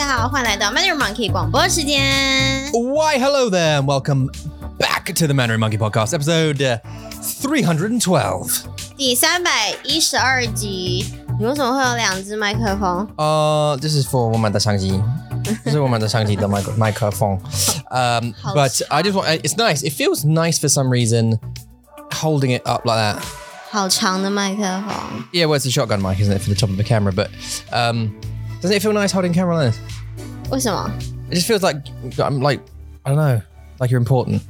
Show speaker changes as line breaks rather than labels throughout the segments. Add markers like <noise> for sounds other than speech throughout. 好，欢迎来到 Manner Monkey 广播时间。
Why, hello there, and welcome back to the Mandarin Monkey Podcast, episode uh, 312.
第三百一十二集，你为什么会有两只麦克风？
Uh, this is for Woman Da Shangji. This is Woman Da Shangji, the mic- microphone. Um,
How
but I just want, it's nice. It feels nice for some reason holding it up like that.
好长的麦克风，
Yeah, well, it's a shotgun mic, isn't it, for the top of the camera? But um, doesn't it feel nice holding camera like this?
为什么？
It just feels like I'm like, I don't know, like you're important.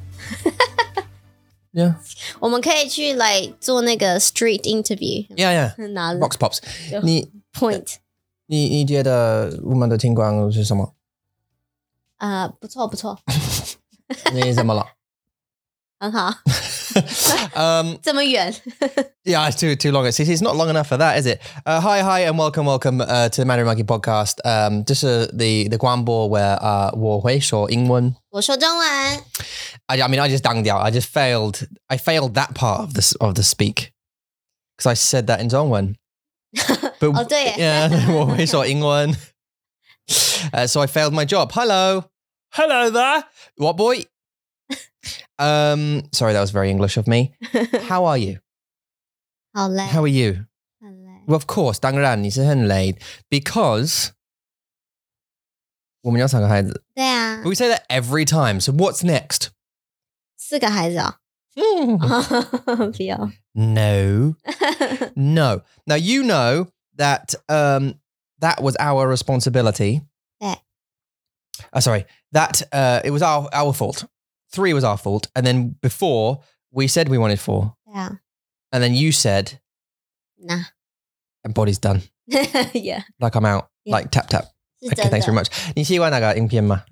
yeah.
我们可以去来做那个 street interview，
Yeah,
拿
yeah. Box pops.
就
你
point，
你你觉得我们的听光是什么？
呃，不错不错，
你怎么了？ <laughs>
很好，
um,
这么远， <laughs>
yeah, it's too too long. It's, it's not long enough for that, is it? Uh, hi, hi, and welcome, welcome uh, to the Mandarin Monkey Podcast. Um, this is the the Guanbo where uh, 我会说英文.
我说中文， <laughs>
I, I mean, I just danged out. I just failed. I failed that part of this of the speak because I said that in Dongwon. But
哦对耶
<laughs> yeah, 我会说英文. <laughs> Uh, so I failed my job. Hello, hello there. What boy? um, sorry, that was very English of me. How are you?
好累，
How are you?
很累，
Well, of course, 当然你是很累 because 我们有三个孩子.
对啊
But，we say that every time. So what's next?
四个孩子哦， <laughs>
Hmm.
不要，
No. no. Now you know that um that was our responsibility.
Yeah.
Uh, sorry. That uh it was our our fault. 3 was our fault and then before we said we wanted 4
<laughs> 对啊，
and then you said
那 <laughs>
and body's done.
yeah，
Like I'm out.
Yeah.
Like tap tap.
是
Okay,
真
thanks
的
very。much. 你喜欢那个影片吗？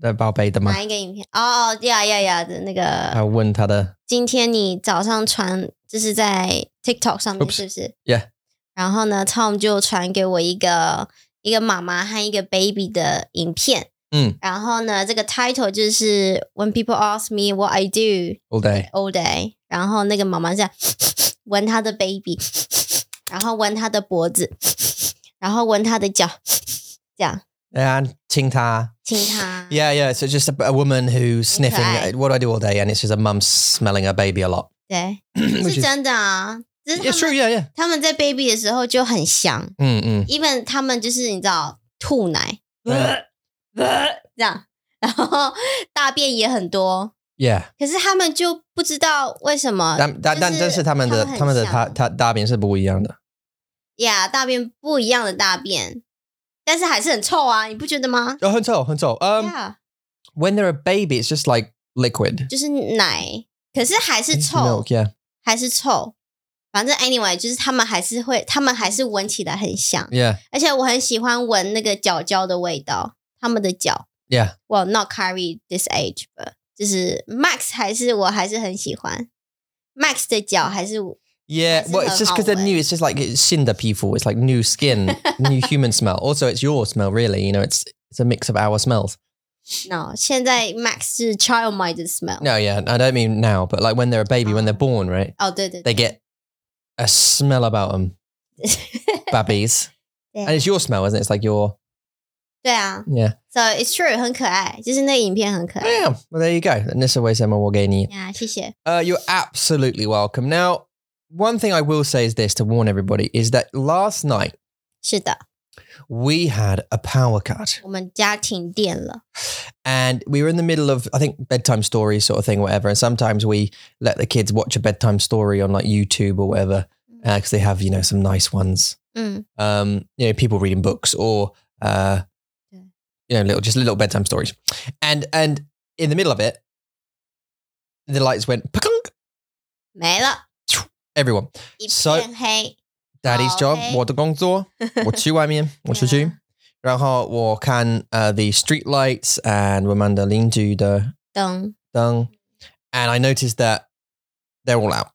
那宝贝的吗？啊
哪一个影片？哦哦，呀呀呀的那个，
他问他的
今天你早上传就是在 TikTok 上面
Oops
是不是
Yeah
然后呢，Tom 就传给我一个一个妈妈和一个 baby 的影片，
嗯，
然后呢，这个 title 就是 When people ask me what I do
all day.
all day，然后那个妈妈在 <coughs> 闻她的 baby，然后闻她的脖子，然后闻她的脚，这样
And 亲他。
亲她。
Yeah, yeah. So just a, a woman who's sniffing.
Okay.
uh, What do I do all day, and it's just a mum smelling her baby a lot. <clears throat>
对，
which
是
is,
真的啊，就是他们
it's true. Yeah, yeah.
他们在 baby 的时候就很香。
Mm,
even 他们就是你知道吐奶
mm.
这样，然后大便也很多，
yeah.
可是他们就不知道为什么。
但但但但是他们的他们的他他大便是不一样的。
呀大便不一样的大便，但是还是很臭啊，你不觉得吗？
哦，很臭，很臭。嗯、
Yeah，
when they're a baby, it's just like liquid.
就是奶，可是还是
It's
臭
milk,，yeah,
还是臭。反正 anyway，就是他们还是会，他们还是闻起来很香，
yeah,
而且我很喜欢闻那个脚脚的味道，他们的脚。
yeah.
well not carry this age but 就是 Max 还是我还是很喜欢 Max 的脚还是我
Yeah,
That's
well, it's just because they're
how it
new. It's just like it's cinder people. It's like new skin, <laughs> new human smell. Also, it's your smell, really. You know, it's it's a mix of our smells.
no 现在 Max 是 child mind 的 smell
No, yeah, I don't mean now, but like when they're a baby, when they're born, right?
哦对对对
they get a smell about <laughs> them, babbies. And
对
it's your smell, isn't it? It's like your,
对啊
哎 yeah. 哎
so it's true 很可爱，就是那个影片很可爱
Yeah, well, there you go. And this always Emma Wargani.
呀，谢谢
Uh, you're absolutely welcome. Now, one thing I will say is this to warn everybody is that last night
是的，
we had a power cut
我们家停电了，
and we were in the middle of, I think, bedtime stories sort of thing, whatever. And sometimes we let the kids watch a bedtime story on like YouTube or whatever because they have, you know, some nice ones.
嗯，
um, you know, people reading books or uh,
Yeah.
you know, little just little bedtime stories, and and in the middle of it, the lights went pa-clunk,
没了
everyone.
一
So-
片黑
Daddy's
Oh,
job,
okay. Yeah.
我的工作，我去外面，我出去，然后我看呃、uh, the street lights and 我们的邻居的灯，and
灯， <laughs>
I noticed that they're all out,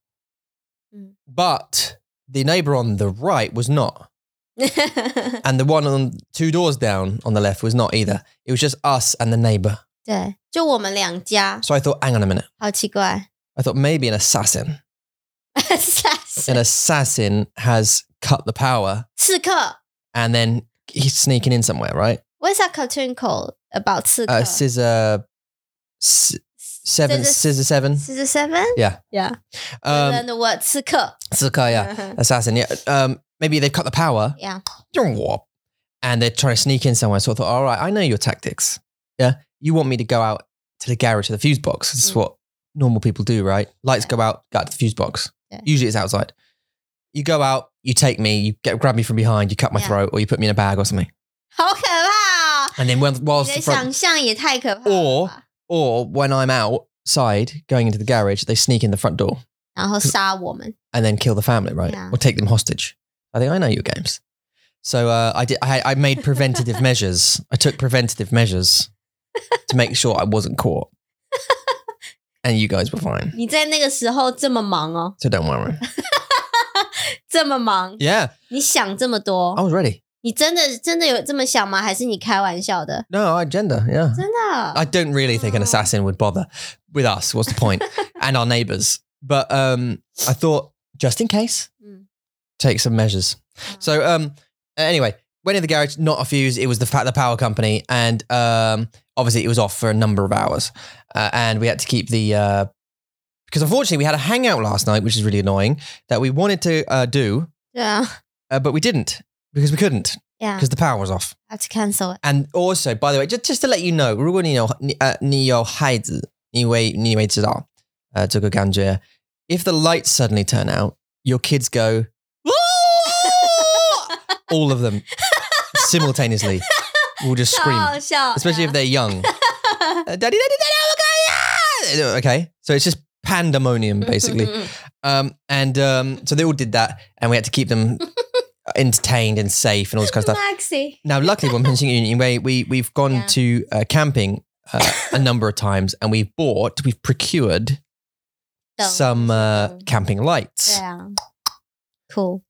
Mm.
but the neighbor on the right was not. And the one on two doors down on the left was not either. It was just us and the neighbor.
对，就我们两家，
So I thought, hang on a minute.
好奇怪， <laughs>
I thought maybe an assassin.
刺
An assassin has cut the power
客
and then he's sneaking in somewhere, right?
What is that cartoon called about 刺客?
Uh, scissor s- seven,
Scissor-
scissor seven.
Scissor Seven?
Yeah.
Yeah. and
Um,
then the word 刺客.
Zuka, yeah, assassin. Yeah, um, maybe they cut the power.
<laughs> yeah.
And they're trying to sneak in somewhere. So I thought, all right, I know your tactics. Yeah, you want me to go out to the garage to the fuse box. This is
Mm.
what normal people do, right? Lights
Yeah.
go out, go out to the fuse box.
Yeah.
Usually it's outside. You go out, you take me, you get grab me from behind, you cut my
Yeah.
throat, or you put me in a bag or something.
好可怕哦！
And then when whilst the front,
你的想象也太可怕了吧。
Or- or when I'm outside going into the garage, they sneak in the front door.
然后杀我们。
and then kill the family, right?
Yeah.
Or take them hostage. I think I know your games. So uh, I did. I, I made preventative measures. I took preventative measures to make sure I wasn't caught, and you guys were fine.
你在那个时候这么忙哦，
So don't worry.
这么忙，
Yeah,
你想这么
I
多，
was ready.
你真的真的有这么想吗？还是你开玩笑的？
No agenda. Yeah,
真的
I don't really think an
Oh.
assassin would bother with us. What's the point? and our neighbors. But um, I thought just in case,
Mm.
take some measures. So um anyway, went in the garage, not a fuse, it was the fa- the power company and um obviously it was off for a number of hours. Uh, and we had to keep the uh because unfortunately we had a hangout last night, which is really annoying that we wanted to uh, do,
对啊
uh, but we didn't because we couldn't
，Yeah，have
because the power was off.
to cancel it。
And also, by the way, just just to let you know, 如果你有你呃你有孩子，你会你会知道呃这个感觉。If the lights suddenly turn out, your kids go all of them simultaneously will <laughs> just
超
scream,
好笑啊 <laughs>
especially if they're young. Uh, daddy, daddy, daddy, I'm okay. yeah!" Okay, so it's just pandemonium basically.
<laughs>
um, and um, so they all did that, and we had to keep them entertained and safe and all this kind of stuff.
Maxi，
Now, luckily, when Pension Union, we, we we've gone
Yeah.
to uh, camping uh, a number of times, and we've bought, we've procured
懂
some uh,
嗯
camping
对
lights,
啊，Cool，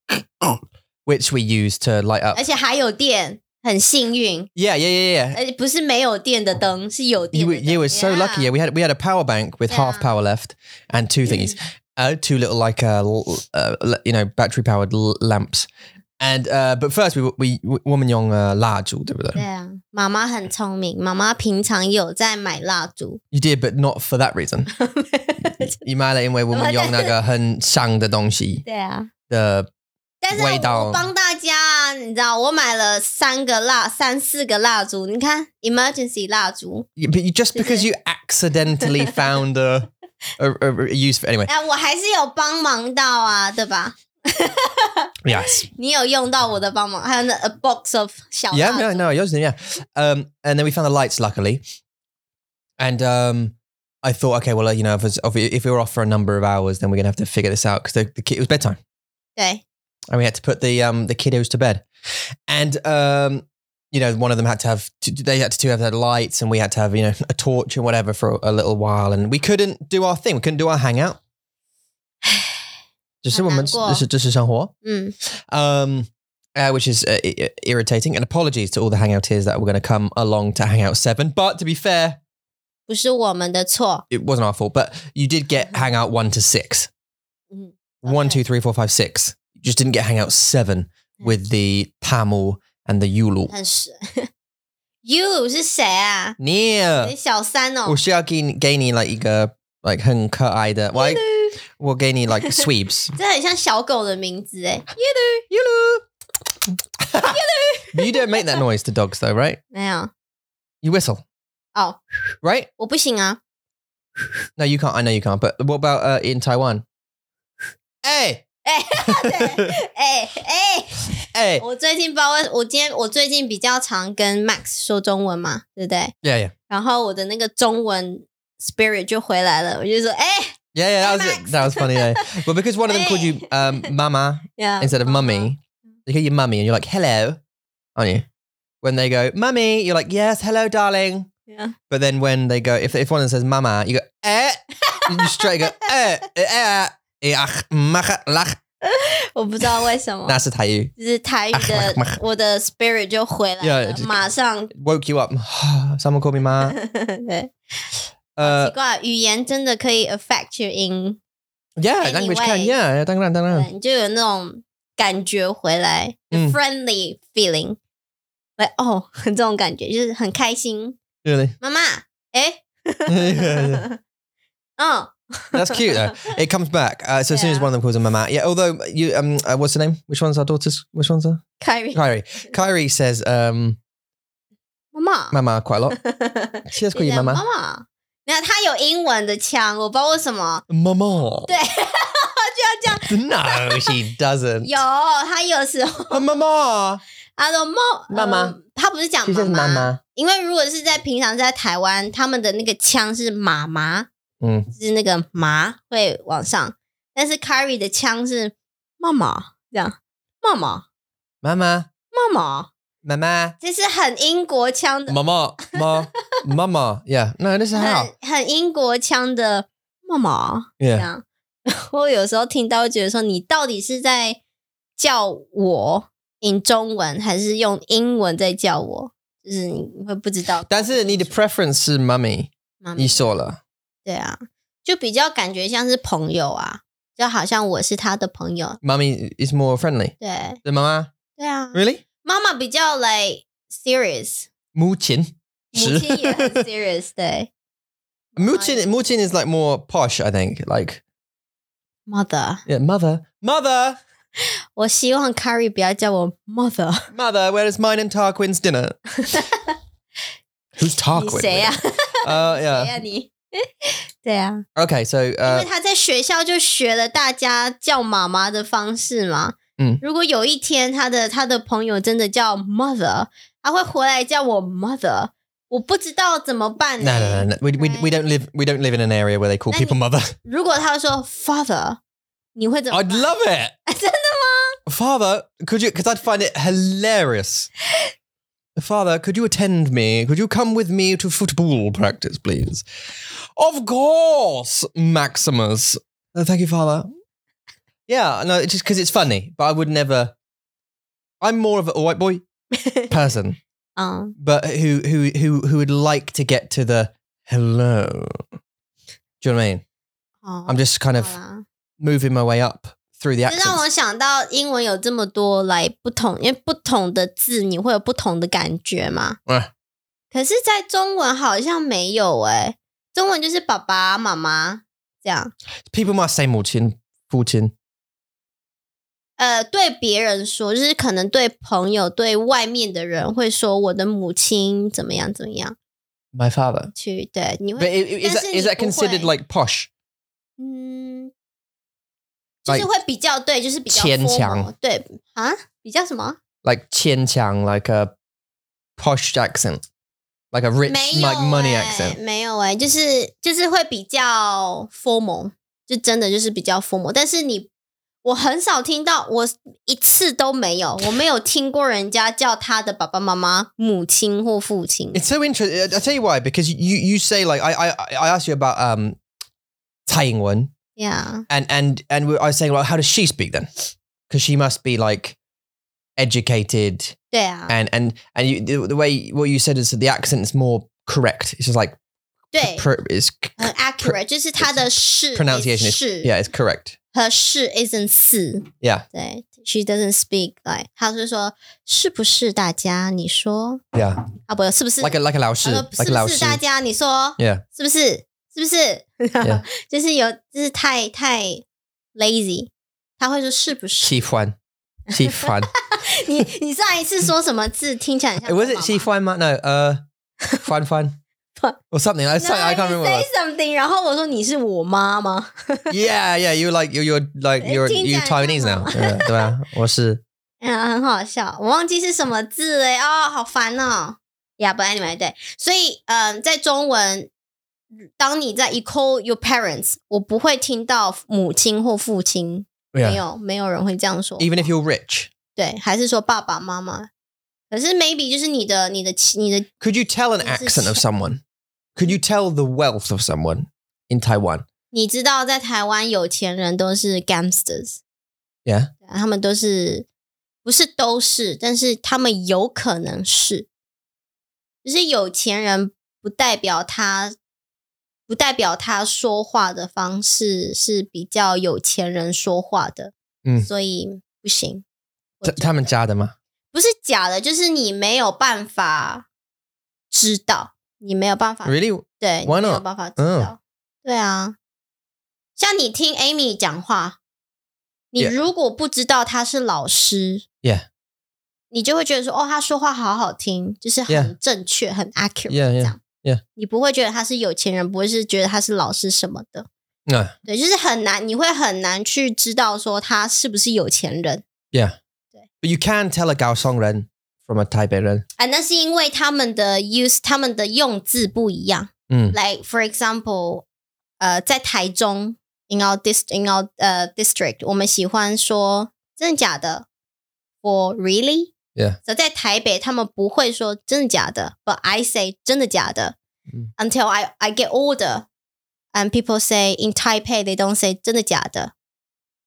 which we use to light up.
而且还有电，很幸运，
Yeah, yeah, yeah, yeah.
而且不是没有电的灯，是有
You
电
were,
的灯。
you were so lucky. Yeah, we had we had a power bank with
Yeah.
half
Mm.
power left and two thingies, uh, two little like uh, l- uh, l- you know battery powered l- lamps. And uh, but first we w- we woman young uh, large all over
对
there.
啊，妈妈很聪明，妈妈平常有在买蜡烛。 <laughs>
You did, but not for that reason. you might let in where woman young
对啊，
the
但是
味道
我帮大家，啊你知道，我买了三个蜡，三四个蜡烛。你看，emergency 蜡烛，
but you just because you accidentally found a, a, a, a use
<laughs>
for anyway.
哎、我还是有帮忙到啊，对吧？
Yes.
你有用到我的帮忙，还有那 a box of 小蜡
Yeah,
烛
no, no, yours did, yeah. Um, and then we found the lights, luckily. And um, I thought, okay, well, uh, you know, if, it's, if we- if we were off for a number of hours, then we're gonna have to figure this out because the, the kid it was bedtime,
对，
and we had to put the um the kiddos to bed, and um, you know, one of them had to have t- they had to two have their lights, and we had to have you know a torch and whatever for a little while, and we couldn't do our thing, we couldn't do our hangout. Just a woman's,
很难过。
this is just a
嗯，
um, uh, which is uh, i- i- irritating. And apologies to all the Hangouteers that were going to come along to Hangout 7. But to be fair,
不是我们的错，
it wasn't our fault. But you did get Hangout 1 to 6.
Mm,
One,
okay.
two, three, four, five, six. You just didn't get Hangout 7
Hmm.
with the Tamil and the Yulu.
很 <laughs> 是。you 是谁啊？
Yeah.
你小三哦。
我是要给你给你了一个 like 很可爱的，我
Yulu
我给你
<laughs>
like sweeps
这很像小狗的名字哎。
<laughs> Yulu. you don't make that noise to dogs though, right?
没有
You whistle,
哦，
right?
我不行啊。 <laughs>
No, you can't. I know you can't. But what about uh, in Taiwan? Hey,
哎、 <laughs> 对，哎哎、
<laughs> hey.
我最近包括我今天我最近比较常跟 Max 说中文嘛，对不对？
Yeah, yeah,
然后我的那个中文 spirit 就回来了，我就说，哎、
yeah, yeah.
Hey,
That was it.
Max.
That was funny. Yeah. Well, because one of them
<laughs>
called you um, Mama
yeah,
instead of Mummy,
Uh-huh.
they call you Mummy, and you're like, "Hello," aren't you? When they go, "Mummy," you're like, "Yes, hello, darling."
Yeah.
But then when they go, if if one of them says "Mama," you go, "Eh," and you straight <laughs> go, "Eh, eh, eh, ach, mach, lach."
我不知道为
<laughs>
什么，
That's how you
就是台语的我的 spirit 就回来
啊 Yeah,
了
it just-
马上， <laughs>
woke you up. <sighs> Someone called me Ma. <laughs>
对，
Uh,
奇怪，语言真的可以 affect your in，
yeah,
Anyway.
language can. Yeah, yeah,
嗯
当然，当然。
对你就有那种感觉回来、
嗯
f r i e n d l y feeling， like 哦，这种感觉就是很开心。
Really?
妈妈， <laughs> 哎、嗯，
That's cute <laughs> though. It comes back. Uh, so as soon as one of them calls her Mama. Yeah, although you um uh, what's her name? Which one's our daughter's which one's <laughs> her?
凯瑞，
Kyrie. Kyrie says um
妈妈，
Mama quite a lot. She does call you
就这样
Mama.
妈妈。没有，他有英文的腔，我不知道为什么
Mama.
对就
<laughs>
要这样。
No, she <laughs> doesn't.
有，他有时候
Oh, Mama.
他说妈
妈妈
呃他不是讲
She
妈
says
妈，
Mama.
因为如果是在平常在台湾，他们的那个腔是妈妈，
Mm.
就是那个麻会往上，但是 Carrie 的腔是妈妈这样，妈妈
Mama.
妈妈，
Mama.
这是很英国腔的，
Mama. Ma. Mama. Yeah. No, this is how.
很很英国腔的妈妈这
Yeah.
样。 <laughs> 我有时候听到会觉得说，你到底是在叫我 in 中文，还是用英文在叫我？就是你会不知道。
但是你的 preference 是 mummy
妈咪
你说了。
对啊，就比较感觉像是朋友啊，就好像我是他的朋友。
Mummy is more friendly.
对
对 Mama
对啊，
really
妈妈比较 like serious，
母亲
母亲
<laughs>
也很
是
serious，对
母亲母亲 is like more posh. I think like
mother。
yeah mother mother
我希望 Carrie 不要叫我 mother，
mother. Where is mine and Tarquin's <laughs> dinner? Who's
你
Tarquin?
谁呀、
<laughs>
啊？
Uh,
谁
yeah.
呀、你？ <laughs> 对啊，
Okay, so
因为
uh,
他在学校就学了大家叫妈妈的方式嘛。
嗯
如果有一天他的他的朋友真的叫 mother，他会回来叫我 mother，我不知道怎么办欸呢、
no, no, no, no. We, we, we don't live we don't live in an area where they call
Then-
people mother. <laughs>
如果他说 father，你会怎么
I'd
办？
love
<laughs>
it.
真的吗？
Father, could you? Because I'd find it hilarious. Father, could you attend me? Could you come with me to football practice, please? Of course, Maximus. "Oh, thank you, Father. Yeah, no, it's just because it's funny, but I would never. I'm more of a white boy person,
<laughs> 嗯，
but who who who who would like to get to the hello. Do you know what I mean?
哦
I'm just kind of
好啦
moving my way up through the
这让
accents.
我想到英文有这么多来不同，因为不同的字你会有不同的感觉嘛。
Uh,
可是，在中文好像没有诶、中文就是爸爸妈妈这样。
People might say 母亲,父亲,
呃，对别人说，就是可能对朋友、对外面的人会说我的母亲怎么样怎么样
my father.
去对，你
But i-
会
i- is that is that
但是你
considered
不会-
like posh?
嗯，就是
，like-
会比较对，就是比较
哎牵
formal
强
对啊，比较什么？
Like qian chang, like a posh accent, like a rich
没有、欸、
like money accent.
没有哎、就是就是会比较 formal，就真的就是比较 formal。但是你，我很少听到，我一次都没有，我没有听过人家叫他的爸爸妈妈母亲或父亲。
It's so interesting. I'll tell you why. Because you you say like I I I asked you about um Tsai Ing-wen,
Yeah，
and and and we- I was saying well how does she speak then? Because she must be like educated
对啊，
and and and you, the, the way what you said is that the accent is more correct. It's just like
对，
pro, it's c-
很 accurate，就是他的是
pronunciation is
是
yeah it's correct.
和是 isn't 是。
Yeah
对，she doesn't speak like，他是说是不是大家？你说
yeah
啊，不是不是
like a like a
他说
laoshi
是
like a
不是
laoshi
大家？你说
yeah.
是不是？是不是
Yeah
<laughs> 就是有，就是太太 lazy，他会说是不
<laughs>
是？ <laughs>
Sichuan. Sichuan.
你你上一次说什么字听起来很像
Eh, was it
妈妈
Sichuan? Ma- No, uh,
<laughs>
Fan Fan.
Fan.
Or something. I, something, I can't
No, you
remember. what it
Say something，然后我说你是我妈吗？
was. Yeah, yeah. You're like you're, you're like you're
Jin
you
Jiang
Taiwanese now.
Jiang.
Yeah, 对吧？我是
嗯，很好笑，我忘记是什么字了耶哦，好烦哦。Yeah, but anyway，对，所以嗯、呃在中文，当你在 you call your parents，我不会听到母亲或父亲，没
yeah.
有没有人会这样说。
Even if you're rich,
对，还是说爸爸妈妈。可是 maybe 就是你的你的亲你的
could you tell an
This is
accent
<laughs>
of
shit.
someone? Could you tell the wealth of someone in Taiwan?
你知道，在台湾有钱人都是 gangsters，
Yeah.
对啊他们都是不是都是，但是他们有可能是，就是有钱人不代表他不代表他说话的方式是比较有钱人说话的，
嗯
所以不行。我
T-
觉得
他们家的吗？
不是假的，就是你没有办法知道，你没有办法
Really?
对，你
Why
没有
not？嗯
办法知道。对啊，像你听 Amy 讲话，你
Yeah
如果不知道她是老师
Yeah.
你就会觉得说，哦，她说话好好听，就是很
Yeah
正确、很 accurate
Yeah, yeah,
这样。
yeah
你不会觉得她是有钱人，不会是觉得她是老师什么的。
No.
对，就是很难，你会很难去知道说她是不是有钱人。
Yeah.
Okay.
But you can tell a Kaohsiung Ren from a Taipei Ren.
啊，那是因为他们的 use 他们的用字不一样。
Mm.
like for example，呃，在台中 in our dist in our 呃、district，我们喜欢说真的假的，or really。
Yeah.
所以在台北，他们不会说真的假的，but I say 真的假的。
嗯
Until I I get older, and people say in Taipei they don't say 真的假的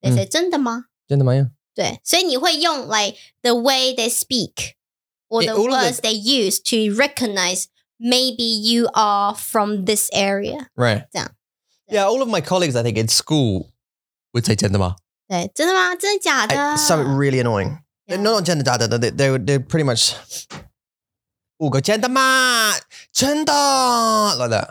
，they say 真的吗？
真的吗？Yeah.
对，所以你会用 like the way they speak or
Yeah,
the
all of
words they use to recognize maybe you are from this area。
Right.
Yeah.
Yeah, all of my colleagues, I think, in school would say 真的吗?
对，真的吗？真的假的
It's something really
Ah.
annoying.
Yeah.
They're not on gender data. They, they, would- they pretty much all go gender ma, gender like that.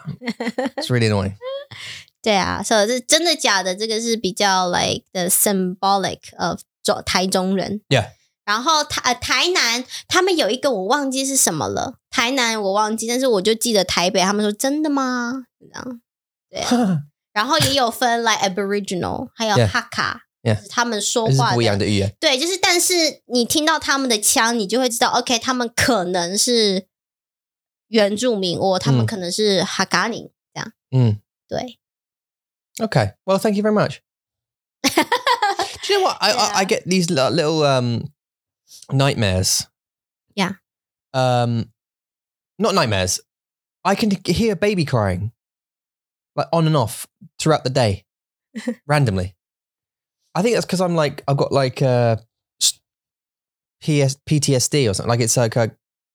It's
<laughs>
really annoying.
<laughs>
<laughs>
对啊，所以这真的假的，这个是比较 like the symbolic of 中台中人。
Yeah.
然后台呃台南他们有一个我忘记是什么了，台南我忘记，但是我就记得台北他们说真的吗？这样。然后也有分 like Aboriginal，还有
Yeah.
Hakka，、
Yeah.
就是他们说话的
这是不一样的语言。
对，就是但是你听到他们的腔，你就会知道，OK，他们可能是原住民，或他们
嗯
可能是 Hakka 宁这样。
嗯，
<laughs> 对
Okay. Well, thank you very much. Do you know what? I,
Yeah.
I, I get these li- little um, nightmares.
Yeah.
Um, not nightmares. I can hear a baby crying, like on and off throughout the day, randomly. I think that's because I'm like I've got like uh, s- PS, PTSD or something. Like it's like a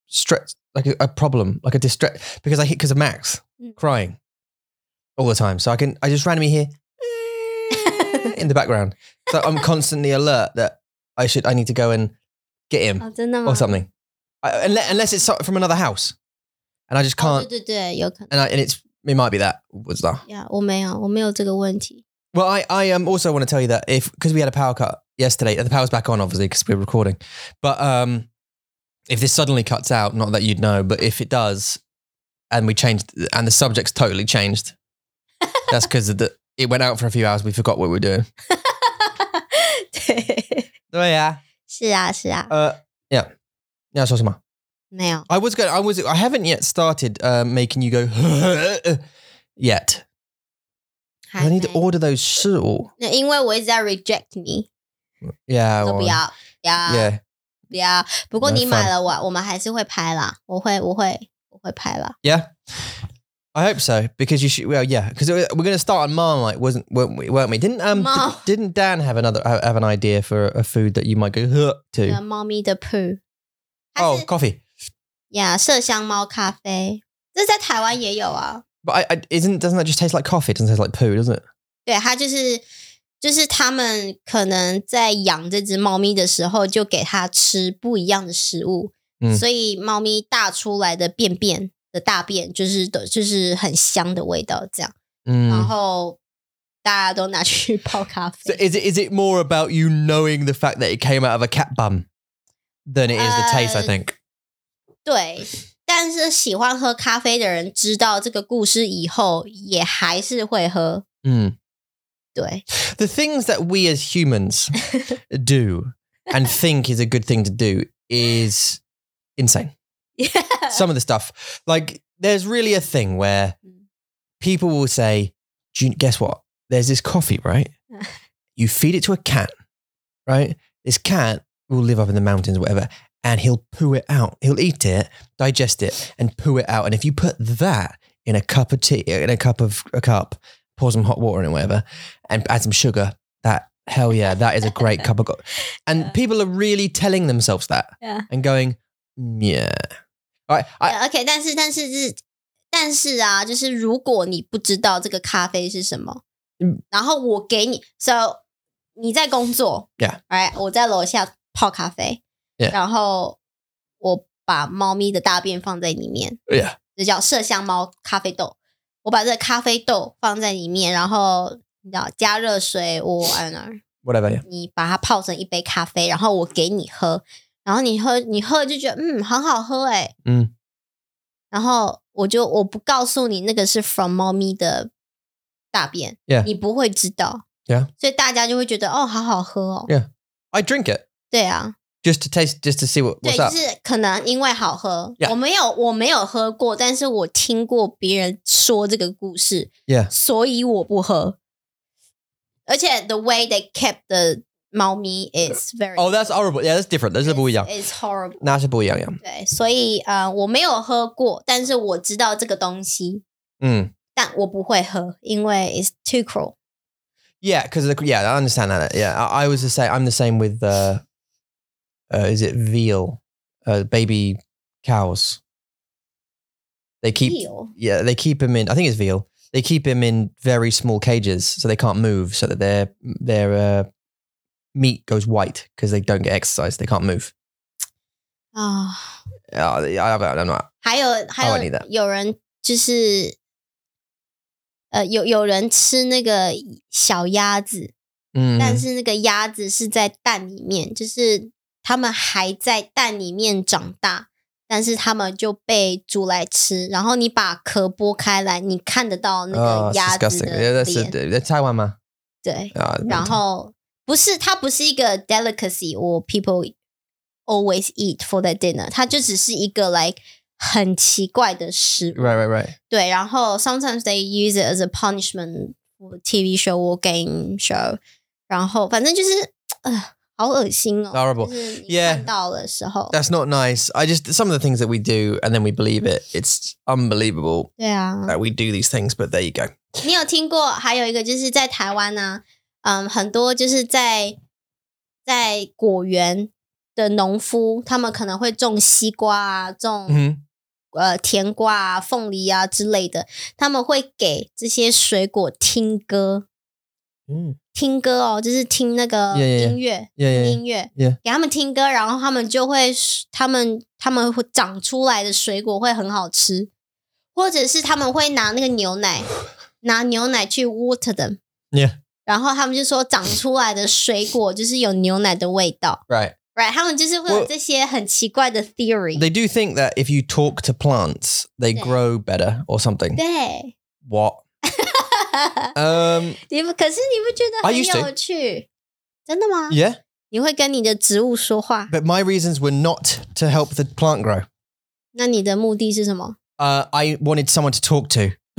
stress, like a, a problem, like a distress because I hit because of Max
Mm.
crying all the time. So I can I just randomly hear in the background. So I'm constantly alert that I should I need to go and get him
啊、真的吗？
or something. I, unless, unless it's so- from another house, and I just
哦
can't.
对对对，有可能。
And I, and it's it might be that was that.
呀、我没有，我没有这个问题。 <laughs>
Well, I I um also want to tell you that if because we had a power cut yesterday, the power's back on obviously because we're recording. But um, if this suddenly cuts out, not that you'd know, but if it does, and we changed and the subject's totally changed, that's because the it went out for a few hours. We forgot what we were doing.
对， <laughs>
Oh yeah.
是啊是啊，
Uh, yeah. Yeah, so smart.
没有。
I was going. I was. I haven't yet started uh, making you go <laughs> yet.
还
I need to
没
order those shoe.
那因为我一直在 reject 你，
Yeah.
说
well,
不要，不要
Yeah.
不要。不过你
No
买
fun
了我，我们还是会拍啦。我会，我会，我会拍啦。
Yeah. I hope so because you should. Well, yeah, because we're going to start on Marmite, wasn't weren't we? Weren't we? Didn't um
Mar-
d- didn't Dan have another have have an idea for a food that you might go to?
那猫咪的 poo，它
Oh,
是
coffee.
呀，麝香猫咖啡，这在台湾也有啊。
But I, I isn't doesn't that just taste like coffee? It doesn't taste like poo, does it?
对，它就是就是他们可能在养这只猫咪的时候，就给它吃不一样的食物，
嗯
所以猫咪大出来的便便的大便就是的，就是很香的味道，这样，然 Oh.
Mm.
后大家都拿去 <laughs> 泡咖
So
啡。
is it is it more about you knowing the fact that it came out of a cat bum than it is the taste? I
Uh,
think.
对，但是喜欢喝咖啡的人知道这个故事以后，也还是会喝。
Mm.
对， <laughs>
the things that we as humans do and
<laughs>
think is a good thing to do is insane. Some of the stuff, like there's really a thing where
Mm.
people will say, do you, "Guess what? There's this coffee, right?
<laughs>
you feed it to a cat, right? This cat will live up in the mountains, or whatever, and he'll poo it out. He'll eat it, digest it, and poo it out. And if you put that in a cup of tea, uh, in a cup of a cup, pour some hot water in it, whatever, and add some sugar, that hell yeah, that is a great cup
<laughs>
of coffee. And
Yeah.
people are really telling themselves that
Yeah.
and going, "Mm, yeah. All right, I,
Yeah, 呃 OK，但是但是是，但是啊，就是如果你不知道这个咖啡是什么，
嗯
然后我给你，so 你在工作
Yeah.
哎，我在楼下泡咖啡
Yeah.
然后我把猫咪的大便放在里面，
Yeah.
这叫麝香猫咖啡豆。我把这个咖啡豆放在里面，然后你知道加热水，我 I don't know，
Whatever. Yeah.
你把它泡成一杯咖啡，然后我给你喝，然后你喝你喝就觉得嗯很好喝哎、
嗯，
然后我就我不告诉你那个是 from 猫咪的大便
Yeah.
你不会知道
Yeah.
所以大家就会觉得哦好好喝哦
Yeah. I drink it
对啊
just to taste, just to see what,
对，
what's
就
up.
是可能因为好喝
Yeah.
我没有我没有喝过，但是我听过别人说这个故事，
Yeah.
所以我不喝。而且 the way they kept the 猫咪 is very
Oh, that's horrible. Yeah, that's different. 那是不一样。
is horrible。
那是不一样，yeah.
对，所以呃，我没有喝过，但是我知道这个东西，
Mm.
但我不会喝，因为 is too cruel。
Yeah, because yeah, I understand that. Yeah, I, I was the same. I'm the same with uh, uh is it veal, uh, baby cows. They keep
Veal?
yeah, they keep him in. I think it's veal. They keep him in very small cages so they can't move, so that their their uh, meat goes white because they don't get exercise. They can't move.
啊、
Uh, I, I don't know.
还有还有
I need that.
有人就是呃有有人吃那个小鸭子，但
Mm.
是那个鸭子是在蛋里面，就是它们还在蛋里面长大，但是它们就被煮来吃。然后你把壳剥开来，你看得到那个
Oh, it's
鸭子
disgusting. Yeah,
的
that's
脸。
that's Taiwan, man.
对，
Uh,
然后不是它不是一个 delicacy or people always eat for their dinner，它就只是一个 like 很奇怪的食物。
right, right, right.
对，然后 sometimes they use it as a punishment for TV show or game show，然后反正就是，呃，好恶心哦
Horrible.
就是你
Yeah.
看到的时候
That's not nice. I just some of the things that we do and then we believe it. It's unbelievable
对啊，
that we do these things, but there you go.
你有听过？还有一个就是在台湾呢、嗯，很多就是在在果园的农夫，他们可能会种西瓜啊，种、
Mhm.
呃甜瓜啊、凤梨啊之类的，他们会给这些水果听歌。
Mm.
听歌哦，就是听那个
Yeah, yeah, yeah.
音乐
Yeah, yeah,
听
yeah.
音乐
Yeah.
给他们听歌，然后他们就会，他们他们会长出来的水果会很好吃，或者是他们会拿那个牛
<laughs>
奶，拿牛奶去 water them，
Yeah.
然后他们就说长出来的水果就是有牛奶的味道
Right.
，right？他们就是会有
Well-
这些很奇怪的 theory，
They do think that if you talk to plants, they
Yeah.
grow better or
<laughs>
something.
对， <laughs>
What? Um.
你不可是你不觉得
I
很
used to.
有趣？真的吗？
Yeah.
你会跟你的植物说话，
But my reasons were not to help the plant grow.
那你的目的是什么？ <laughs>
Uh, I wanted someone to talk to. <laughs>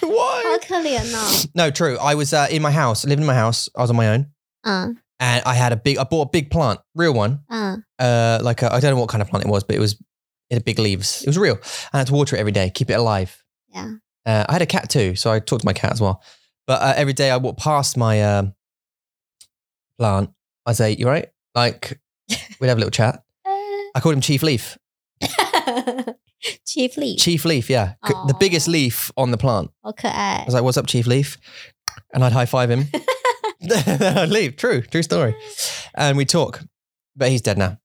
Why?
好可怜哦，
No, true. I was uh, in my house, living in my house. I was on my own,
嗯
and I had a big. I bought a big plant, real one.
嗯。
Uh, like I I don't know what kind of plant it was, but it was it had big leaves. It was real, and I had to water it every day, keep it alive.
Yeah.
Uh, I had a cat too, so I talked to my cat as well. But uh, every day I walked past my um, plant. I say, "You all right?" Like we'd have a little chat. I called him Chief Leaf.
<laughs> Chief Lee，
Chief Leaf, yeah, C- the
Aw.
biggest leaf on the plant.
好可爱
I was。like, "What's up, Chief Leaf?" And I'd high
<laughs>
five him. <laughs> then I'd leave. True, true story. And we talk, but he's dead now.